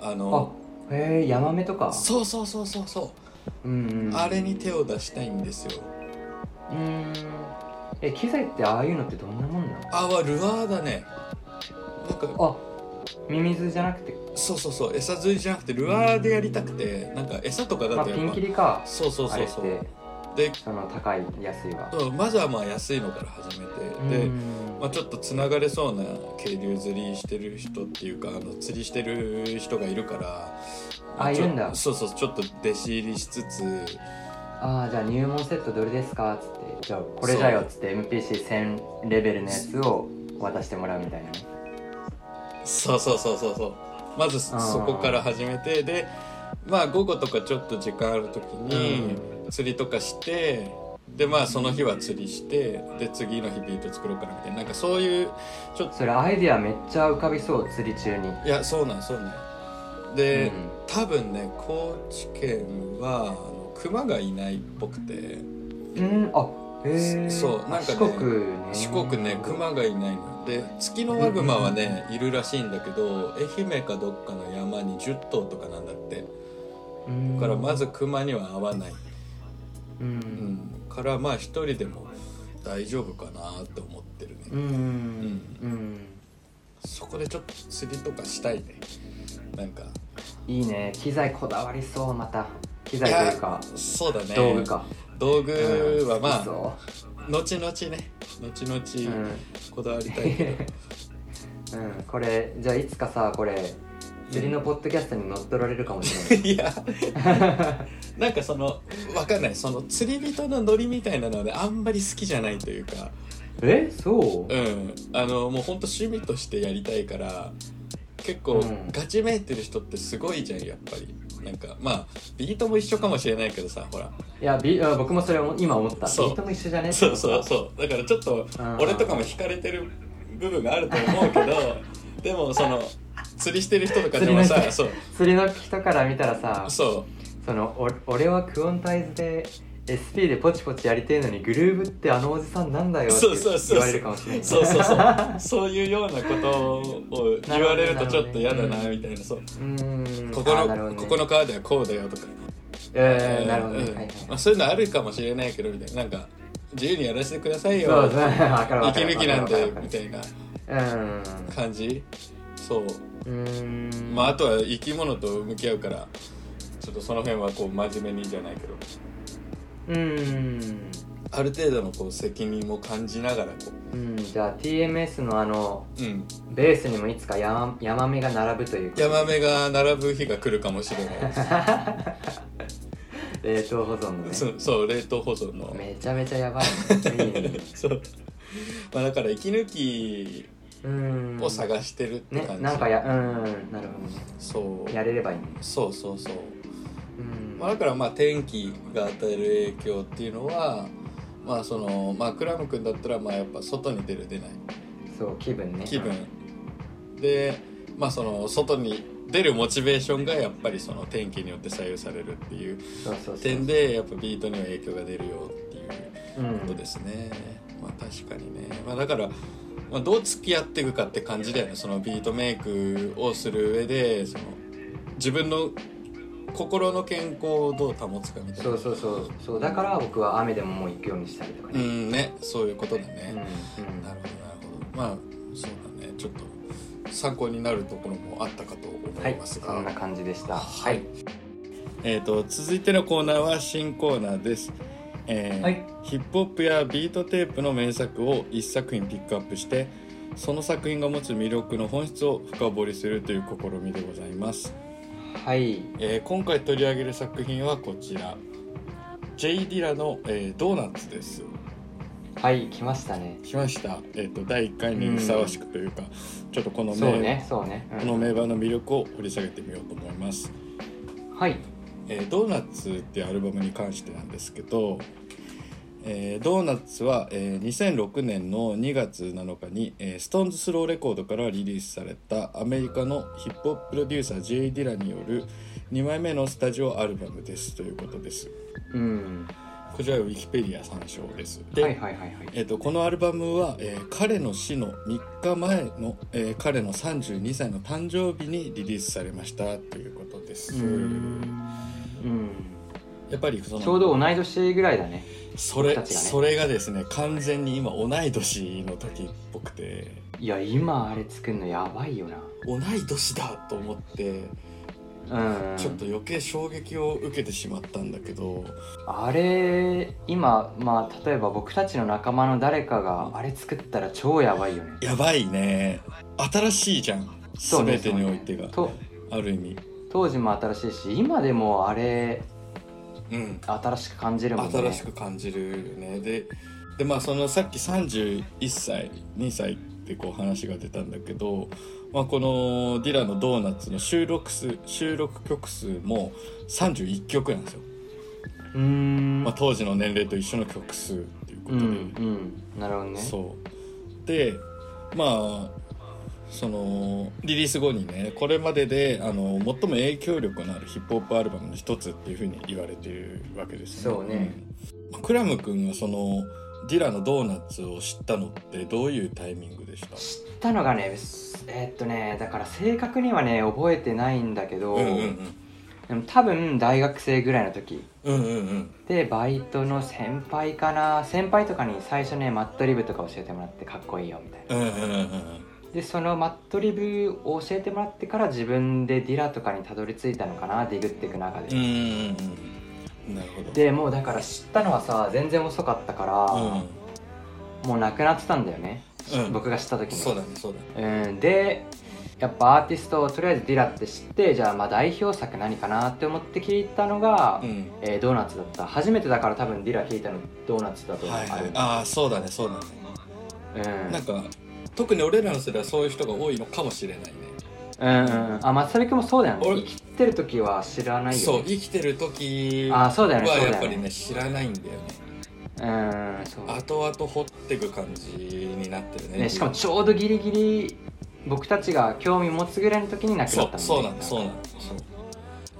A: あ
B: あ
A: の
B: へえヤマメとか、
A: そうそうそうそうそう
B: んうん、
A: うあれに手を出したいんですよ。
B: うんえ機材ってああいうのってどんなもんなの
A: あはルアーだねなんか
B: あミミズじゃなくて、
A: そうそうそう餌釣りじゃなくてルアーでやりたくてなんか餌とか
B: ま
A: だ
B: あ、
A: とやっ
B: ピン
A: ぱ
B: キリか
A: そうそう
B: あ
A: そ
B: れ
A: う
B: っ
A: そう
B: て
A: で
B: その高い安いは
A: そうまずはまあ安いのから始めてで、まあ、ちょっとつながれそうな渓流釣りしてる人っていうかあの釣りしてる人がいるからま
B: あ
A: ちょ
B: いるんだ
A: そうそうちょっと弟子入りしつつ
B: ああーじゃあ入門セットどれですかっつってじゃあこれだよっつって MPC1000 レベルのやつを渡してもらうみたいなね
A: そうそうそうそうそうまずそ
B: あー
A: そこから始めてでまあ午後とかちょっと時間ある時に釣りとかしてでまあその日は釣りしてで次の日ビート作ろうからみたいななんかそういうちょっと
B: それアイディアめっちゃ浮かびそう釣り中に、
A: いやそうなんそうなんで、
B: うん
A: 多分ね高知県はあの熊がいないっぽくて
B: うん、あ、へえ。
A: そうなんかね
B: あ四国ね。
A: 四国ね熊がいないので月のワグマはねいるらしいんだけど愛媛かどっかの山に10頭とかなんだって
B: うん。
A: だからまず熊には合わない、
B: う。
A: うんん、からまあ一人でも大丈夫かなって思ってるね、
B: うん。うん。うん。
A: そこでちょっと釣りとかしたいねなんか
B: いいね。機材こだわりそうまた。機材というか
A: いやそうだね
B: 道具か。
A: 道具はまあ、
B: そ
A: 後々ね後
B: う。う
A: 々
B: ん。
A: こだわりたいけど、
B: *laughs* うん。これじゃあいつかさこれ釣りのポッドキャストに乗っ取られるかもし *laughs* れない。
A: いや *laughs* なんかそのわかんないその釣り人のノリみたいなのであんまり好きじゃないというか
B: え、そう
A: う？んあのもうほんと趣味としてやりたいから結構
B: うん
A: ガチめいてる人ってすごいじゃんやっぱりなんかまあビートも一緒かもしれないけどさほら
B: いや、ビあ僕もそれを今思った。ビ
A: そう
B: ートも一緒じゃね？
A: そうそうそうだからちょっと
B: うん
A: 俺とかも惹かれてる部分があると思うけ
B: *laughs*
A: どでもその釣りしてる人とかでも
B: 釣り
A: さ
B: の人
A: そう
B: 釣りの人から見たらさ、
A: そう
B: そのお俺はクオンタイズで SP でポチポチやりてえのにグルーブってあのおじさんなんだよって
A: そうそうそう
B: 言われるかもしれない
A: そうそうそうそういうようなことを言われるとちょっと嫌だなみたいなそう
B: *laughs* うーん
A: こ
B: あ
A: こ
B: ーなるほ
A: の
B: どね
A: ここの川ではこうだよとか
B: えー、なるほどね、
A: うん
B: はいはい
A: まあそういうのあるかもしれないけどみたいななんか自由にやらせてください
B: そう
A: よ
B: そう分かる分
A: 息
B: かる
A: *laughs* 抜きなん
B: わか
A: で
B: るわかる
A: みたいな
B: うん
A: 感じそう
B: うーん
A: まああとは生き物と向き合うからちょっとその辺はこう真面目にじゃないけど
B: うーん
A: ある程度のこう責任も感じながらこ
B: うんじゃあ TMS のあの
A: ううん
B: ベースにもいつかヤマヤマメが並ぶということ
A: ヤマメが並ぶ日が来るかもしれない
B: 冷凍保存のね
A: そうそう冷凍保存の
B: めちゃめちゃやばい
A: *laughs*
B: ねいいね
A: そう、まあ、だから息抜き
B: うーん
A: を探してるって
B: ね
A: 感じ、
B: なんかやうんなるほどね
A: そう
B: やれればいいね
A: そうそうそう、
B: うん
A: まあ、だからまあ天気が与える影響っていうのはまあそのまあクラム君だったらまあやっぱ外に出る出ない
B: そう気分ね
A: 気分でまあその外に出るモチベーションがやっぱりその天気によって左右されるっていう
B: そうそうそう
A: 点でやっぱビートには影響が出るよっていう
B: う
A: こと
B: ん
A: ですね、まあ確かにね、まあ、だから、まあ、どう付き合っていくかって感じだよねそのビートメイクをする上でその自分の心の健康をどう保つかみたいな
B: そうそうそうそうだから僕は雨でももう行くようにしたりとか
A: う
B: ね、
A: んねそういうことだ
B: うん
A: ね、なるほどなるほどまあそうだねちょっと参考になるところもあったかと
B: うん
A: 思
B: はいい
A: ますが、
B: そんな感じでしたはい
A: えー、と続いてのコーナーは新コーナーです、えー
B: はい
A: ヒップホップやビートテープの名作を1作品ピックアップしてその作品が持つ魅力の本質を深掘りするという試みでございます、
B: はい
A: えー今回取り上げる作品はこちら J ・ディラの、えードーナツ」です
B: はい来ましたね
A: 来ました、えー、と第1回にふさわしくというか、ちょっとこの
B: そう
A: 名、
B: ねそうね、うん
A: この名盤の魅力を掘り下げてみようと思います
B: はい
A: えードーナツ」っていうアルバムに関してなんですけど、えードーナツは、えー2006年の2月7日に、えーストーンズスローレコードからリリースされたアメリカのヒップホッププロデューサー J ・ディラによる2枚目のスタジオアルバムですということです
B: うん
A: こちらはウィキペディア参照ですで、
B: はいはいはいはい
A: えー、とこのアルバムは、えー彼の死の3日前の、えー彼の32歳の誕生日にリリースされましたということです
B: うん
A: やっぱりその
B: ちょうど同い年ぐらいだね
A: それ、
B: 僕たちがね
A: それがですね完全に今同い年の時っぽくて
B: いや今あれ作るのやばいよな
A: 同い年だと思って
B: うん
A: ちょっと余計衝撃を受けてしまったんだけど、
B: あれ今まあ例えば僕たちの仲間の誰かがあれ作ったら超やばいよね
A: やばいね新しいじゃん
B: そうね
A: 全てにおいてが、
B: そうね
A: ある意味、
B: と当時も新しいし今でもあれ
A: うん、
B: 新しく感じるもんね
A: 新しく感じるよねででまあそのさっき31歳2歳ってこう話が出たんだけど、まあ、このディラの「ドーナツ」の収録数収録曲数も31曲なんですよ
B: うーん、
A: まあ、当時の年齢と一緒の曲数っていうこ
B: う
A: と
B: ん
A: で、
B: うんなるほどね
A: そうでまあそのリリース後にねこれまでであの最も影響力のあるヒップホップアルバムの一つっていうふうに言われているわけです
B: そうね、
A: うんまあクラム君がそのディラの「ドーナツ」を知ったのってどういうタイミングでした
B: 知ったのがねすえーっとねだから正確にはね覚えてないんだけど、
A: うんうん
B: でも多分大学生ぐらいの時
A: うんうんうんうん
B: でバイトの先輩かな先輩とかに最初ねマットリブとか教えてもらってかっこいいよみたいな
A: うんうんうんうん
B: でそのマットリブを教えてもらってから自分でディラとかにたどり着いたのかなディグっていく中
A: う
B: で、
A: んうんうんなるほど
B: でもうだから知ったのはさ全然遅かったから、
A: う
B: もうなくなってたんだよね、
A: んうん、
B: 僕が知った時に
A: そうだねそうだね
B: うんでやっぱアーティストをとりあえずディラって知ってじゃあまあ代表作何かなって思って聞いたのが、
A: うん
B: えードーナツだった初めてだから多分ディラ聞いたのドーナツだと思う、
A: はいはい、ああそうだねそうだね、
B: うん
A: なんか特に俺らの世代はそういう人が多いのかもしれないね
B: うんうんうんあ松田君もそうだよね
A: 俺
B: 生きてる時は知らない
A: そ
B: よ、
A: う
B: ね、
A: 生きてる時
B: あ
A: は
B: そうだよねそう
A: やっ
B: だ
A: ぱ
B: よ
A: り
B: ね
A: ね知らないんだよね
B: うんそう
A: 後々掘ってく感じになってるね
B: ね、しかもちょうどギリギリ僕たちが興味持つぐらいの時に亡くな
A: そ
B: った
A: う
B: もんね
A: そうなんだそうなん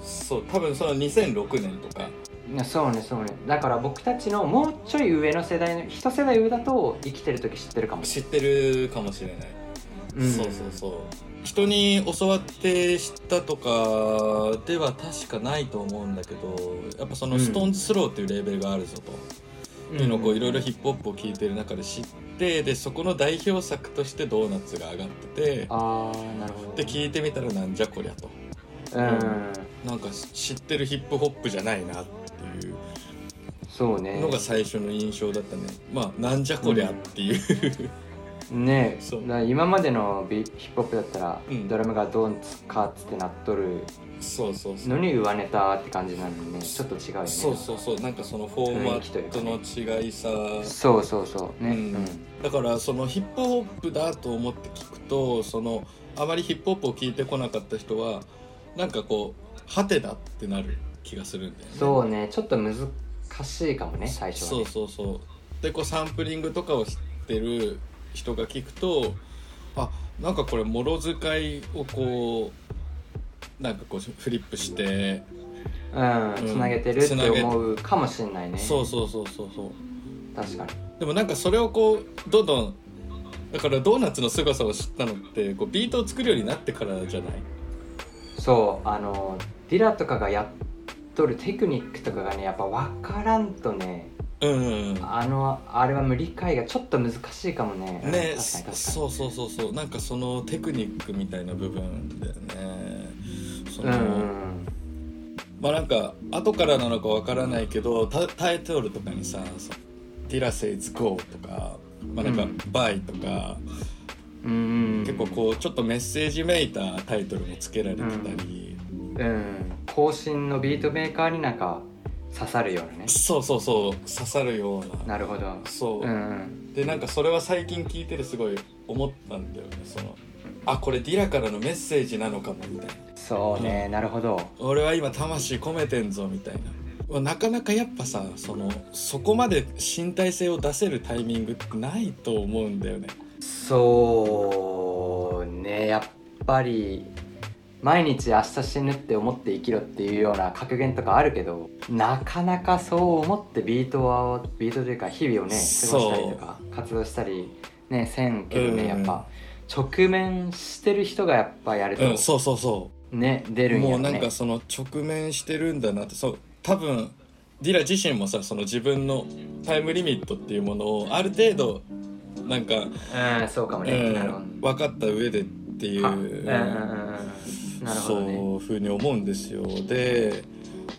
A: だそうそう多分その2006年とか
B: いやそうねそうねだから僕たちのもうちょい上の世代の一世代上だと生きてる時知ってるかもし
A: 知ってるかもしれない、
B: れない、ん、
A: そうそうそう人に教わって知ったとかでは確かないと思うんだけどやっぱその
B: うん
A: ストーンズスローっていうレーベルがあるぞと、
B: う
A: っていうのをこういろいろ
B: ん
A: ヒップホップを聴いてる中で知ってでそこの代表作としてドーナツが上がってて
B: ああなるほど
A: で聞いてみたらなんじゃこりゃと
B: うん
A: なんか知ってるヒップホップじゃないなっていう
B: そうね
A: のが最初の印象だったねまあなんじゃこりゃっていう、
B: ねえ
A: そう
B: だから今までのビヒップホップだったら、
A: うん
B: ドラムがドンツカーツってなっとる
A: そうそうそう
B: のに上ネタって感じなのにねちょっと違うよね
A: そうそうそうなんかそのフォーマットの違いさ
B: そうそうそうね、
A: う
B: うんん
A: だからそのヒップホップだと思って聞くとそのあまりヒップホップを聞いてこなかった人はなんかこうハテだってなる気がするんだよね
B: そうねちょっと難しいかもね最初は
A: そ
B: ね
A: うそうそうってこうサンプリングとかを知ってる人が聞くとあなんかこれもろ使いをこうなんかこうフリップして
B: うんつなげてるって思うかもしんないね
A: そうそうそうそうそう
B: 確かに
A: でもなんかそれをこうどんどんだからドーナツの凄さを知ったのってこうビートを作るようになってからじゃない
B: そうあのディラとかがやっとるテクニックとかがねやっぱ分からんとね
A: うんうんうん
B: あのあれは無理解がちょっと難しいかもねうん
A: ね
B: 確かに確か
A: そうそうそうそうなんかそのテクニックみたいな部分だよねそ
B: に
A: の、
B: うんうん
A: まあなんか後からなのかわからないけどタタイトルとかにさそ「ティラセイズゴー」とか「まあ、なんか
B: うん
A: バイ」とか、
B: うんうん
A: 結構こうちょっとメッセージめいたタイトルもつけられてたり、
B: うん更新のビートメーカーになんか刺さるようなね
A: そうそうそう刺さるような
B: なるほど
A: そう、
B: うん
A: でなんかそれは最近聞いててすごい思ったんだよねそのあこれディラからのメッセージなのかもみたいな
B: そうねなるほど
A: 俺は今魂込めてんぞみたいなまあなかなかやっぱさそのそこまで身体性を出せるタイミングってないと思うんだよね
B: そうねやっぱり毎日明日死ぬって思って生きろっていうような格言とかあるけどなかなかそう思ってビートをビートというか日々をね過ごしたりとか活動したりねせんけどね、
A: うん
B: やっぱ直面してる人がやっぱやると、
A: うんそうそうそ
B: ね出
A: う
B: るんや
A: も
B: ろ
A: う
B: ね
A: なんかその直面してるんだなってそう多分ディラ自身もさその自分のタイムリミットっていうものをある程度なんか、
B: うんそうかも
A: う
B: ね、なるほど
A: ん、分かった上でってい
B: あうんうんうんうん
A: う
B: なるほ
A: そ
B: どね
A: うふうに思うんですよで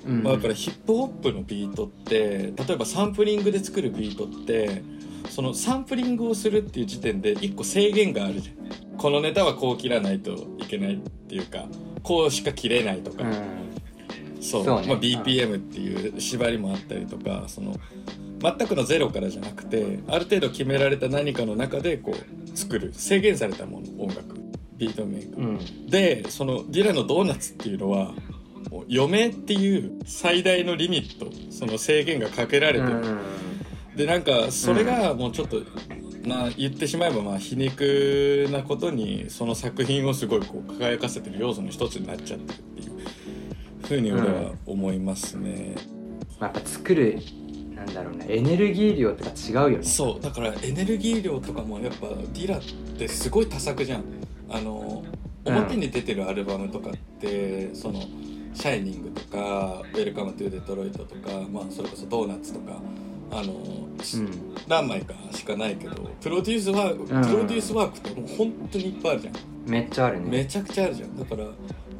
B: うん
A: まあ、だからヒップホップのビートって例えばサンプリングで作るビートってそのサンプリングをするっていう時点で一個制限があるじゃんこのネタはこう切らないといけないっていうかこうしか切れないとか、
B: うん
A: そう
B: そうね
A: まあ、BPM っていう縛りもあったりとかその全くのゼロからじゃなくてある程度決められた何かの中でこう作る制限されたもの音楽ビートメーカー。
B: うん
A: でそのディラのドーナツっていうのはもう余命っていう最大のリミットその制限がかけられ
B: う
A: てる、
B: ん
A: でなんかそれがもうちょっと、まあ言ってしまえばまあ皮肉なことにその作品をすごいこう輝かせてる要素の一つになっちゃってるっていうふうに俺は思いますね、
B: まあやっぱ作るなんだろうねエネルギー量とか違うよね
A: そうだからエネルギー量とかもやっぱディラってすごい多作じゃんあの
B: うん
A: 表に出てるアルバムとかって、その「シャイニング」とか「ウェルカム・トゥ・デトロイト」とか、まあ、それこそ「ドーナツ」とかあの、
B: うん
A: 何枚かしかないけどプロデュースワーク、
B: うん
A: プロデュースワークってもう本当にいっぱいあるじゃん
B: めっちゃある
A: め
B: ね
A: ちゃくちゃあるじゃんだからも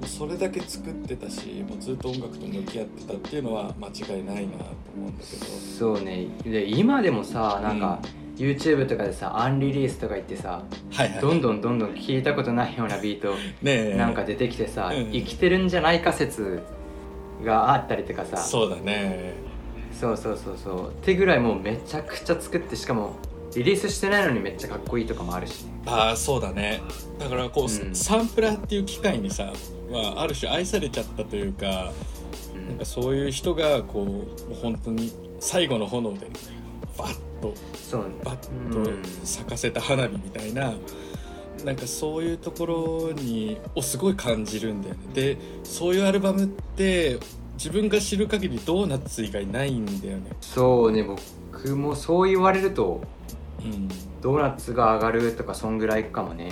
A: うそれだけ作ってたしもうずっと音楽と向き合ってたっていうのは間違いないなと思うんだけど
B: そうねで今でもさなんか、YouTube とかでさアンリリースとか言ってさ
A: はいはい
B: どんどんどんどん聞いたことないようなビート
A: ねえ
B: なんか出てきてさ、
A: うん
B: 生きてるんじゃないか説があったりとかさ
A: そうだね
B: そうそうそうそうってぐらいもうめちゃくちゃ作ってしかもリリースしてないのにめっちゃかっこいいとかもあるしね
A: ああそうだねだからこう、
B: うん
A: サンプラーっていう機械にさ、まあ、ある種愛されちゃったというか
B: うん
A: なんかそういう人がこうもう本当に最後の炎でバッと
B: そうね
A: バ
B: う
A: ッ
B: ん
A: と咲かせた花火みたいな、なんかそういうところにをすごい感じるんだよねでそういうアルバムって自分が知る限りドーナツ以外ないんだよね、
B: そうね僕もそう言われると
A: うん、
B: ドーナツが上がるとかそんぐらいかも
A: う
B: ね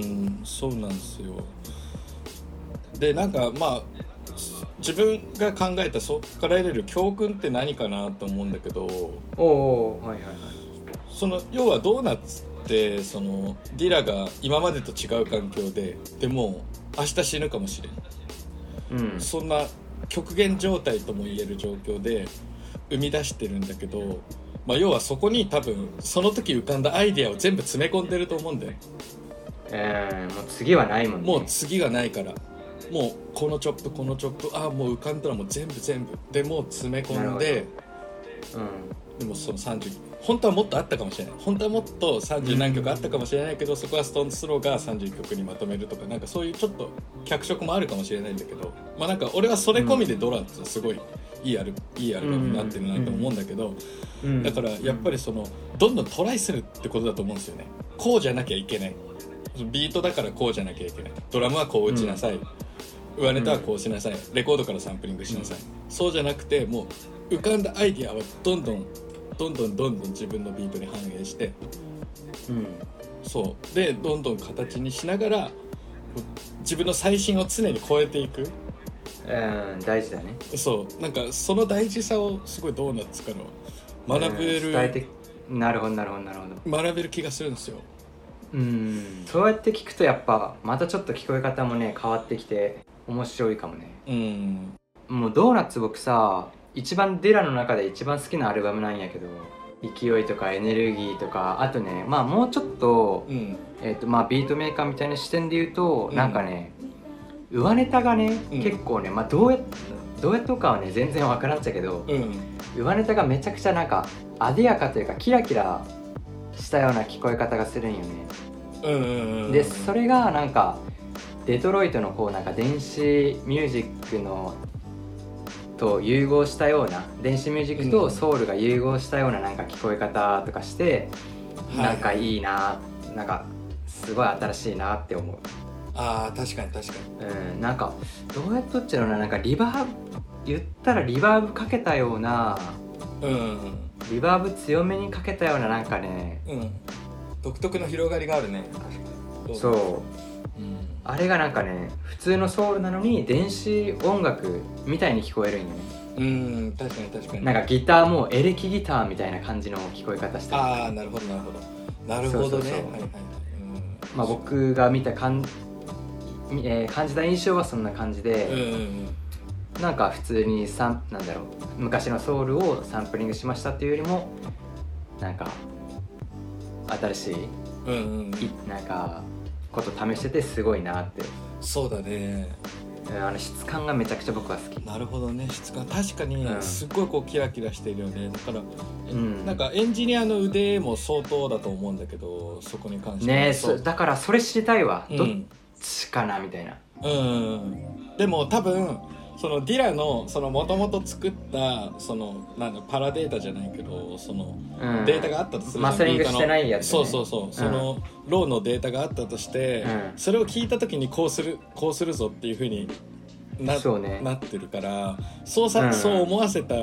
A: んそうなんですよでなんかまあ自分が考えたそこから得れる教訓って何かなと思うんだけど
B: おうおうはいはいはい
A: その要はドーナツってそのディラが今までと違う環境ででも明日死ぬかもしれん
B: うん
A: そんな極限状態とも言える状況で生み出してるんだけど、まあ、要はそこに多分その時浮かんだアイディアを全部詰め込んでると思うんだよ
B: えー、もう次はないもんね
A: もう次がないからもうこのチョップこのチョップああもう浮かんだらもう全部全部でもう詰め込ん
B: な
A: で
B: るう
A: でもその30本当はもっとあったかもしれない本当はもっと30何曲あったかもしれないけど、そこはストーンズスローが30曲にまとめるとかなんかそういうちょっと脚色もあるかもしれないんだけどまあなんか俺はそれ込みでドランツはすごいいいアルいいアルバムになってるなと思うんだけど、
B: うん
A: だからやっぱりそのどんどんトライするってことだと思うんですよねこうじゃなきゃいけないビートだからこうじゃなきゃいけないドラムはこう打ちなさい、上ネタはこうしなさいレコードからサンプリングしなさい、そうじゃなくてもう浮かんだアイディアはどんどんどんどんどんどん自分のビートに反映して
B: うん
A: そうでどんどん形にしながら自分の最新を常に超えていく
B: うん大事だね
A: そうなんかその大事さをすごいドーナツから学べ
B: う
A: る、
B: ん伝えてなるほどなるほどなるほど
A: 学べる気がするんですよ
B: うんそうやって聞くとやっぱまたちょっと聞こえ方もね変わってきて面白いかもね
A: うん
B: もうドーナツ僕さ一番デラの中で一番好きなアルバムなんやけど勢いとかエネルギーとかあとねまあもうちょっと,、
A: うん
B: えっとまあ、ビートメーカーみたいな視点で言うと、
A: うん
B: なんかね上ネタがね、
A: うん
B: 結構ね、まあ、どうやどうやっとかはね全然わからんっちゃけど
A: うん
B: 上ネタがめちゃくちゃなんかあでやかというかキラキラしたような聞こえ方がするんよね。
A: うんうんうん
B: でそれがなんかデトロイトのこうなんか電子ミュージックのと融合したような電子ミュージック
A: う
B: と
A: ん
B: ソウルが融合したようななんか聞こえ方とかして、
A: はい
B: なんかいいななんかすごい新しいなって思う、
A: あー確かに確か
B: うん、なんかどうやっとっちゃうのかななんかリバーブ言ったらリバーブかけたような
A: にうん
B: リバーブ強めにかけたようななんかね
A: うん独特の広がりがあるねう
B: そう
A: うん
B: あれがなんかね普通のソウルなのに電子音楽みたいに聞こえるんよね
A: うん確かに確かに
B: なんかギターもエレキギターみたいな感じの聞こえ方してる
A: ああなるほどなるほどなるほどね
B: そうそうそう
A: はいはいはいうん
B: まあ僕が見た感,、えー感じた印象はそんな感じ
A: うんう
B: で、
A: ん
B: なんか普通にサンなんだろう昔のソウルをサンプリングしましたっていうよりもなんか新しい
A: うんうんうん
B: いなんかこと試しててすごいなって、
A: そうだね
B: うんあの質感がめちゃくちゃ僕は好き
A: なるほどね質感確かに
B: うん
A: すっごいこうキラキラしてるよねだから、
B: ん
A: なんかエンジニアの腕も相当だと思うんだけどそこに関しては
B: ねえ
A: そ
B: そうだからそれ知りたいわ、
A: う
B: どっ
A: ん
B: ちかなみたいな
A: うんでも多分そのディラのその元々作ったそのなんだパラデータじゃないけどその
B: うん
A: データがあったとするじゃん
B: マスタリング
A: データの
B: してないやつね
A: そうそうそう、そのローのデータがあったとして、
B: うん
A: それを聞いた時にこうするこうするぞっていうふうにな,、
B: そうね
A: なってるからそうさ、
B: うん
A: そう思わせたデ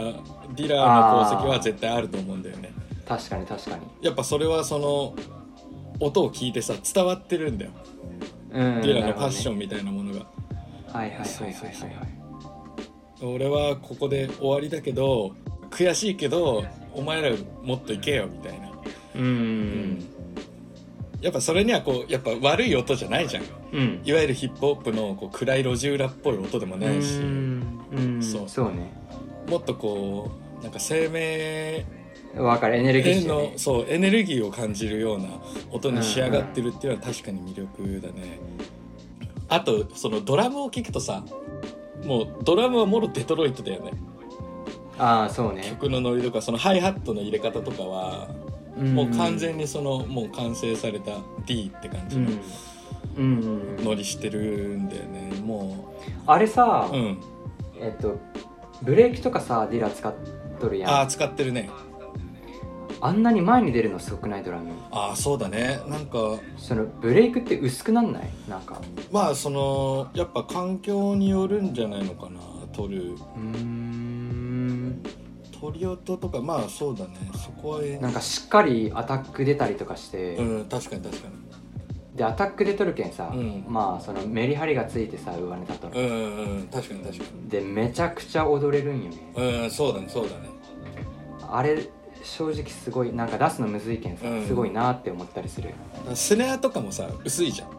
A: ィラーの功績は絶対あると思うんだよね
B: 確かに確かに、
A: やっぱそれはその音を聞いてさ伝わってるんだよ、
B: うん
A: ディラのファッショ
B: ン、
A: ンみたいなものが。
B: はいはいはい
A: そ
B: は
A: う
B: い
A: そう
B: はい
A: そ
B: は
A: う
B: い
A: 俺はここで終わりだけど悔しいけどお前らもっといけよみたいな
B: うん
A: やっぱそれにはこうやっぱ悪い音じゃないじゃん
B: うん
A: いわゆるヒップホップのこう暗い路地裏っぽい音でもないし
B: うんうん
A: そ
B: そううね
A: もっとこうなんか生命
B: わかるエネルギッ
A: へ
B: シュ、
A: の
B: ね、
A: そうエネルギーを感じるような音に仕上がってるっていうのは確かに魅力だねあとそのドラムを聴くとさもうドラムはもろデトロイトだよね
B: ああそうね
A: 曲のノリとかそのハイハットの入れ方とかはもう完全にそのもう完成された D って感
B: う
A: じ
B: ん
A: の
B: うん、うんうん
A: ノリしてるんだよねも
B: あれさ、
A: ううん
B: えっとブレーキとかさディラ使っとるやん
A: ああ
B: あ
A: 使ってるね
B: んなに前に出るのすごくないドラム
A: ああそうだねなんか
B: そのブレイクって薄くなんないなんか
A: まあそのやっぱ環境によるんじゃないのかな撮る
B: うーん
A: 撮り音とかまあそうだねそこはえ
B: なんかしっかりアタック出たりとかして、
A: うん確かに確かに
B: でアタックで取るけんさ、
A: うん
B: まあそのメリハリがついてさ上ネタと
A: う
B: の、
A: んうんうん確かに確か
B: でめちゃくちゃ踊れるんよね、
A: にうんそうだねそうだね
B: あれ正直すごいなんか出すのむずいけんさ、
A: うん
B: すごいなって思ったりする
A: だからスネアとかもさ薄いじゃん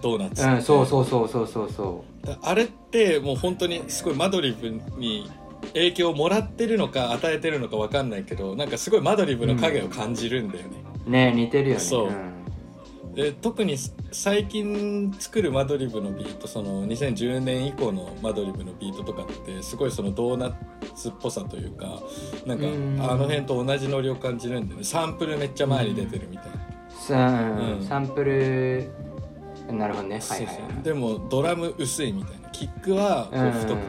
A: ドーナツ
B: うんそうそうそうそうそうそ
A: だあれってもう本当にすごいマドリブに影響をもらってるのか与えてるのか分かんないけどなんかすごいマドリブの影を感じるんだよね、
B: うね似てるよね
A: そうんで特に最近作るマドリブのビートその2010年以降のマドリブのビートとかってすごいそのドーナツっぽさというかなんか
B: うん
A: あの辺と同じノリを感じるんだよねサンプルめっちゃ前に出てるみたいな、
B: すうん
A: うん
B: サンプルなるほどねは
A: そ
B: いうはい
A: そ
B: は
A: うでもドラム薄いみたいなキキックはこう太く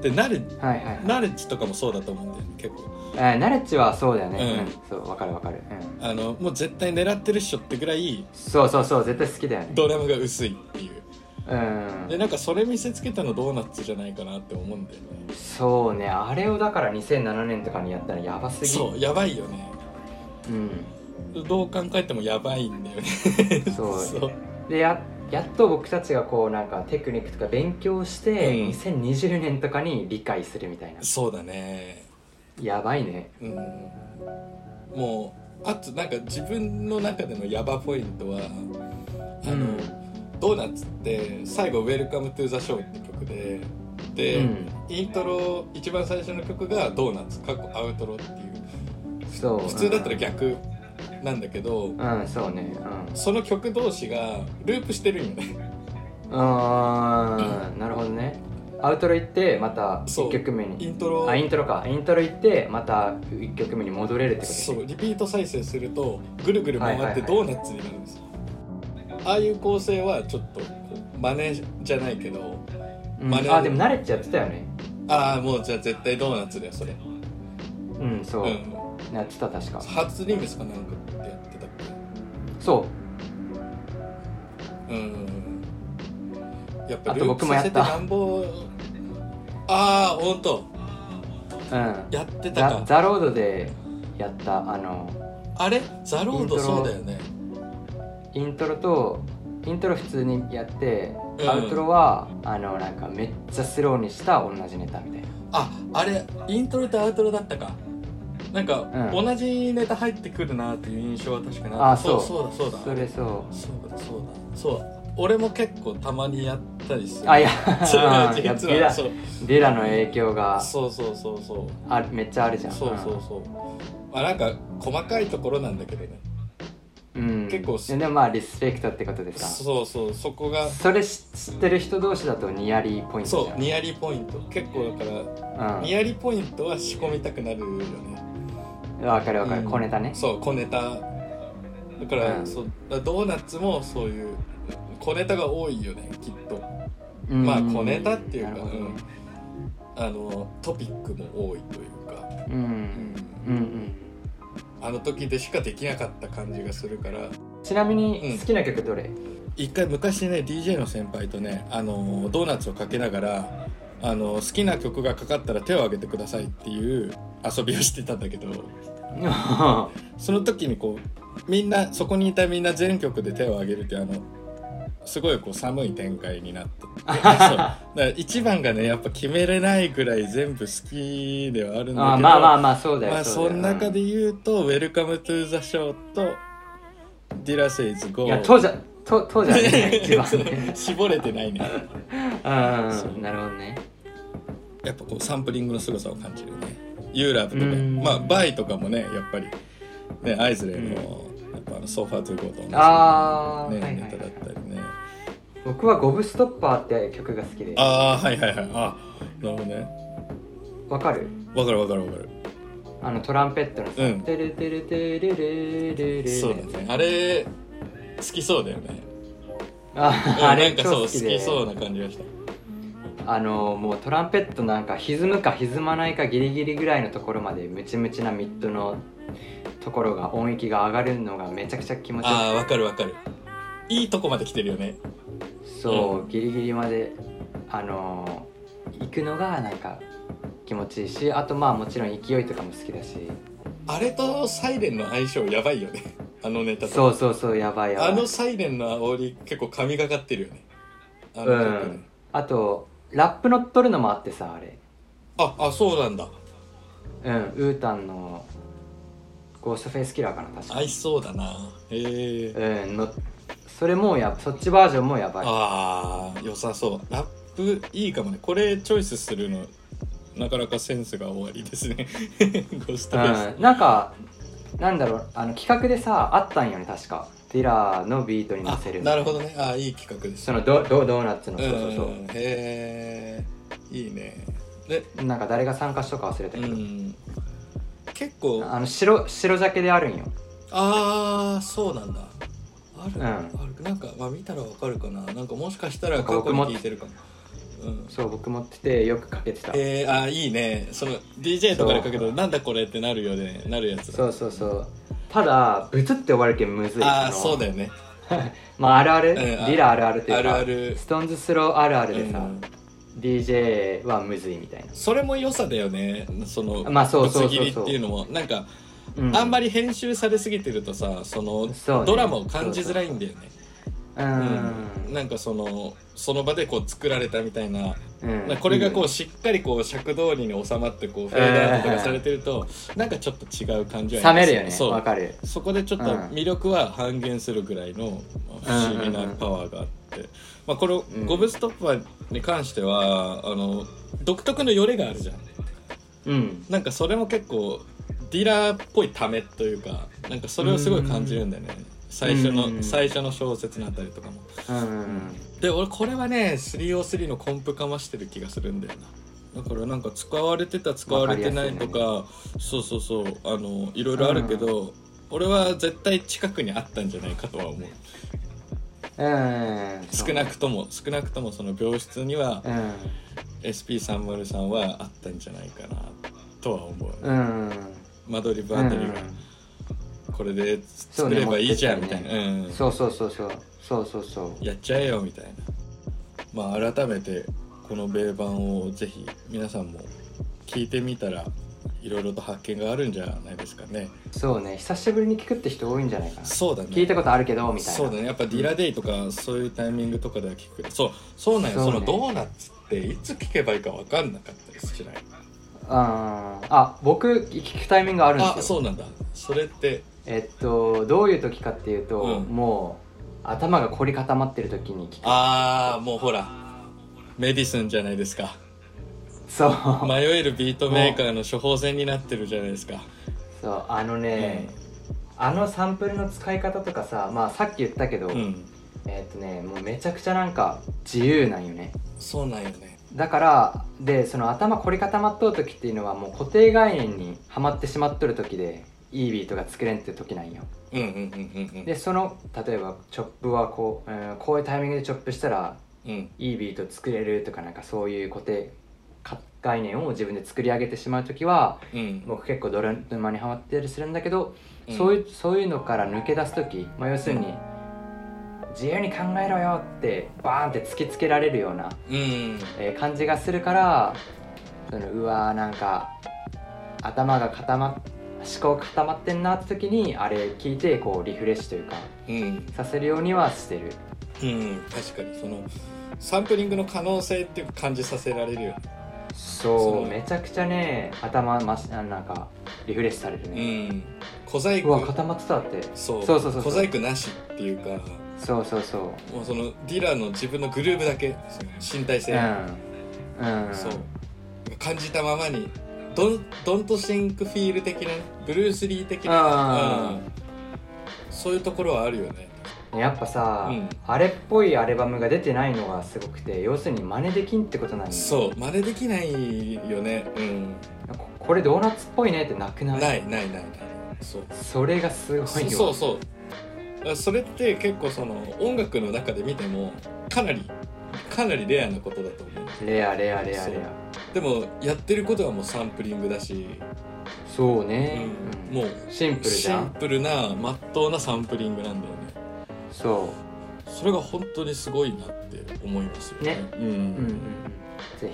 A: て、でナレ
B: はいはいはい
A: ナレッジとかもそうだと思うんだよね結構
B: えーナレッジはそうだよね、
A: うん
B: うんそうわかるわかる、うん
A: あのもう絶対狙ってるっしょってぐらい
B: そうそうそう絶対好きだよね
A: ドラムが薄いっていう
B: うん
A: でなんかそれ見せつけたのドーナツじゃないかなって思うんだよね
B: そうねあれをだから2007年とかにやったらやばすぎ
A: そうやばいよね *laughs*
B: うん
A: どう考えてもやばいんだよね
B: そう
A: そう
B: でややっと僕たちがこうなんかテクニックとか勉強して、
A: うん
B: 2020年とかに理解するみたいな
A: そうだね
B: やばいね
A: うんもうあとなんか自分の中でのヤバポイントはあの、
B: うん
A: ドーナツって最後「Welcome to the Show」って曲でで、
B: うん
A: イントロ一番最初の曲が「ドーナツ」過去アウトロっていう
B: そう
A: 普通だったら逆なんだけど、
B: うん、うん、そうね
A: その曲同士がループしてるんだよね
B: うんあーなるほどねアウトロ行ってまた
A: そう
B: 1曲目
A: イ
B: に
A: ントロ
B: あイントロかイントロ行ってまた1曲目に戻れるってことです
A: そうリピート再生するとぐるぐる回
B: はい
A: っ
B: はい
A: て
B: はい
A: ドーナツになるんですよ、ああいう構成はちょっとこう真似じゃないけど
B: うん
A: まああれ
B: あでも慣れちゃってたよね
A: ああもうじゃあ絶対ドーナツだよそれう
B: うんそう、
A: ん
B: やってた確か
A: 初リミスかなんかってやってたっ
B: そう
A: けうんやっぱ
B: あ
A: り
B: と僕もやった
A: なんぼああ本当
B: うん
A: やってた
B: ザ
A: か
B: ザ・ロードでやったあの
A: あれザロード
B: イントロ
A: そうだよね
B: イントロとイントロ普通にやって、
A: うん
B: アウトロはあのなんかめっちゃスローにした同じネタみたいな
A: ああれイントロとアウトロだったかなんか、
B: うん
A: 同じネタ入ってくるなっていう印象は確かに
B: あそう
A: そうそうだそ
B: そ
A: だ
B: うれそ
A: そうだそうだそう俺も結構たまにやったりす
B: う
A: る
B: あいや
A: *laughs* そう
B: うんやっぱ
A: 実
B: *laughs* デュラ
A: はそう
B: デュラの影響が
A: そうそうそうそう
B: あめっちゃあるじゃん
A: そうそうそうまあなんか細かいところなんだけどね
B: うん、うん
A: 結構
B: ででもまあリスペクトってことでさ
A: そうそうそこが
B: それし知ってる人同士だとニヤリポイントじ
A: そ
B: ゃ
A: うんニヤリポイント結構だか
B: う
A: ら
B: ん
A: ニヤリポイントは仕込みたくなるよね
B: わかるわかる、
A: うん
B: 小ネタね
A: そう小ネタだから,、
B: うん
A: そうだからドーナツもそういう小ネタが多いよねきっと
B: うん
A: まあ小ネタっていうか、
B: なるほどね
A: うんあのトピックも多いというか、
B: うんうんうん
A: あの時でしかできなかった感じがするから
B: ちなみ
A: うん
B: に好きな曲どれ、
A: 一回昔ね DJ の先輩とねあのドーナツをかけながらあの好きな曲がかかったら手を挙げてくださいっていう遊びをしてたんだけどその時にこうみんなそこにいたみんな全曲で手を挙げるっていうあのすごいこう寒い展開になって
B: *laughs*
A: そうだから一番がねやっぱ決めれないぐらい全部好きではあるんだけど
B: あまあまあまあそうだよ、
A: まあ
B: そ
A: そ
B: うだ
A: の
B: よ
A: 中で言うと「ウェルカム・トゥ・ザ・ショー」と「ディラ・セイズ・ゴ
B: い
A: ー」
B: や、とじゃ、と、とじゃね、一番
A: *laughs*
B: ね。
A: 絞れてないね
B: うんうん、なるほどね。
A: やっぱこうサンプリングの凄さを感じるねユーラブとか
B: うん
A: まあバイとかもねやっぱりねアイズレイの、やっぱあのソファー2ゴーと同じ
B: あー、
A: ね、
B: はい
A: ネ
B: はい
A: タ
B: は
A: だっ
B: い。
A: たりね
B: 僕はゴブストッパーって曲が好きで。
A: ああはいはいはいあなるほどね
B: わかる。
A: わかるわかるわかる
B: あのトランペットのさ。
A: うん
B: てるてるてるるるる。
A: そうだねあれ好きそうだよね
B: あ
A: うん
B: あれ
A: なんか
B: 超
A: そう
B: 好
A: 好
B: き
A: き
B: で
A: そうな感じがした
B: あのもうトランペットなんか歪むか歪まないかギリギリぐらいのところまでムチムチなミッドのところが音域が上がるのがめちゃくちゃ気持ちよくて
A: ああわかるわかるいいとこまで来てるよね
B: そう、ギリギリまであのー行くのがなんか気持ちいいしあとまあもちろん勢いとかも好きだし
A: あれとサイレンの相性やばいよね *laughs* あのネタと
B: そうそうそうやばいやば
A: あ
B: い
A: のサイレンの煽り結構神がかってるよねあの曲ね、
B: うんあとラップのっとるのもあってさあれ
A: ああそうなんだ
B: うんウータンのゴーストフェイスキラーかな確か
A: 合いそうだなへえ
B: うんのそれもやそっちバージョンもやばい
A: ああ良さそうラップいいかもねこれチョイスするのなかなかセンスが終わりですね *laughs* ゴストフェイ
B: うん、なんかなんだろうあの企画でさあったんよね確かティラーのビートに乗せ
A: ス
B: る
A: あなるほどねあーいい企画です
B: そのドドドーナツの
A: う
B: そ
A: ん
B: うそうそう、
A: へえいいねで
B: なんか誰が参加したか忘れた
A: う
B: けど、
A: ん結構
B: あの白白ジャケであるんよ
A: ああそうなんだある、
B: うん
A: あるなんか、まあ、見たらわかるかななんかもしかしたら
B: なん
A: 過
B: か
A: 去
B: 僕
A: に
B: も
A: 聞いてるかもうん
B: そう僕持っててよくかけてた
A: えー、あーいいねその DJ とかでかけたらなんだこれってなるよねなるやつ
B: そうそうそうただブツって終わるけんむずい
A: ああ
B: の
A: そうだよね
B: まああるある、
A: うんあ
B: リラあるあるというか
A: あるある
B: ストーンズスローあるあるでさ、
A: うん
B: DJ はむずいみたいな、
A: それも良さだよねその
B: まあそうそうそうそう
A: ぶつ切りっていうのもなんか、
B: う
A: あんま
B: り
A: り編集されすぎてるとさその
B: そうね
A: ドラマを感じづらいんだよね
B: うん、
A: うんなんかそのその場でこう作られたみたいな
B: うん
A: これがこ
B: いう
A: しっかりこう尺通りに収まってこうフェードアウトとかされてるとなんかちょっと違う感じ
B: いね
A: は
B: 冷めるよね
A: そう
B: わかる
A: そこでちょっと
B: うん
A: 魅力は半減するぐらいのまあ不思議なパワーがあって、まあ、この
B: ん
A: ゴブストッパーに関してはあの独特のよれがあるじゃん
B: うん
A: なんかそれも結構ディーラーっぽいためというかなんかそれをすごい感じるんだよね最初
B: うん
A: の最初の小説のあたりとかも
B: うん
A: で俺これはね303のコンプかましてる気がするんだよなだからなんか使われてた使われてないとかそうそうそうあのいろいろあるけど、俺は絶対近くにあったんじゃないかとは思う
B: うん
A: 少なくとも少なくともその病室には
B: うん
A: SP303 はあったんじゃないかなとは思う、
B: うん
A: 間取り部あたりがこれで作ればいいじゃんみたいな、
B: う
A: うんん
B: そうそうそうそうそうそうそう
A: やっちゃえよみたいなまあ改めてこの米版をぜひ皆さんも聞いてみたらいろいろと発見があるんじゃないですかね
B: そうね久しぶりに聞くって人多いんじゃないかな
A: そうだね
B: 聞いたことあるけどみたいな
A: そうだねやっぱディラデイとかそういうタイミングとかでは聞くそうそうなんよ
B: そ
A: そう
B: ね
A: のドーナツっていつ聞けばいいか分かんなかったりしない
B: あーあ僕聞くタイミングあるんですよ
A: あそうなんだそれって
B: えっとどういう時かっていうと、
A: うん
B: もう頭が凝り固まってる時に聞く
A: ああもうほらメディスンじゃないですか
B: そう、
A: 迷えるビートメーカーの処方箋になってるじゃないですか
B: そうあのね、あのサンプルの使い方とかさまあさっき言ったけど、
A: うん
B: えっとねもうめちゃくちゃなんか自由なんよね
A: そうなんよね
B: だからでその頭凝り固まっとう時っていうのはもう固定概念にはまってしまっとる時でいいビートが作れんって時なんよ
A: うんうんうんうんうん
B: でその例えばチョップはこう、うん、こういうタイミングでチョップしたら
A: うん
B: いいビート作れるとかなんかそういう固定概念を自分で作り上げてしまう時は
A: うん
B: 僕結構ドラマにハマったりするんだけど、
A: うん
B: そういうそういうのから抜け出す時、まあ、要するに自由に考えろよってバーンって突きつけられるような、
A: うん
B: えー感じがするからそのうわーなんか頭が固まっ思考固まってんなって時にあれ聞いてこうリフレッシュというか
A: うん、
B: させるようにはしてる
A: うん、確かにそのサンプリングの可能性っていうか感じさせられるよね
B: そ
A: そうう
B: めちゃくちゃね頭ましあのなんかリフレッシュされる
A: う
B: ね、
A: ん小細
B: う
A: 工
B: わ固まってたって
A: そう
B: そうそうそうそう
A: 小細工なしっていうか
B: そうそうそう
A: もうそのディラーの自分のグルーブだけその身体性、
B: うんうん
A: そう感じたままにドンドントシンクフィール的なねブルース・リー的な、
B: あ
A: うんそういうところはあるよね
B: やっぱさ、
A: うん
B: あれっぽいアルバムが出てないのがすごくて要するに真似できんってことなんよ
A: そう真似できないよねうん
B: ここれドーナツっぽいねってなくない
A: ないないないないそう
B: それがすごいよ
A: そうそうだからそれって結構その音楽の中で見てもかなりかなりレアなことだと思う
B: レアレアレアレア
A: でもやってることはもうサンプリングだし、
B: そう
A: うん
B: ね、うん
A: もう
B: シンプルじ
A: シ
B: ゃ
A: ン
B: ん
A: プルなまっとうなサンプリングなんだよね
B: そ
A: それが本当にすごいなって思いますよね
B: ね
A: う
B: ううんうんうん
A: ん、
B: ぜ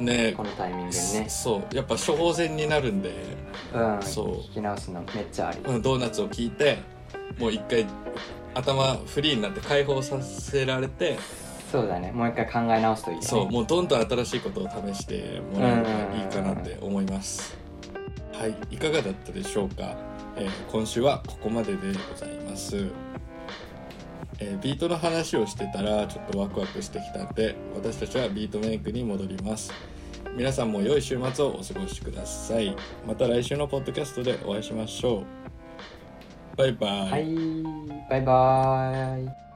B: ひ
A: ね
B: このタイミングでね、
A: そうやっぱ処方箋になるんで、
B: うん、
A: そう
B: 聞き直すのめっちゃあり
A: うん、ドーナツを聞いてもう一回頭フリーになって解放させられて
B: そうだねもう一回考え直すといい、ね、
A: そうもうどんどん新しいことを試してもらえばいいかなって思いますはいいかがだったでしょうか、えー今週はここまででございます、えービートの話をしてたらちょっとワクワクしてきたんで私たちはビートメイクに戻ります皆さんも良い週末をお過ごしくださいまた来週のポッドキャストでお会いしましょうバイバイ、
B: はいバイバーイ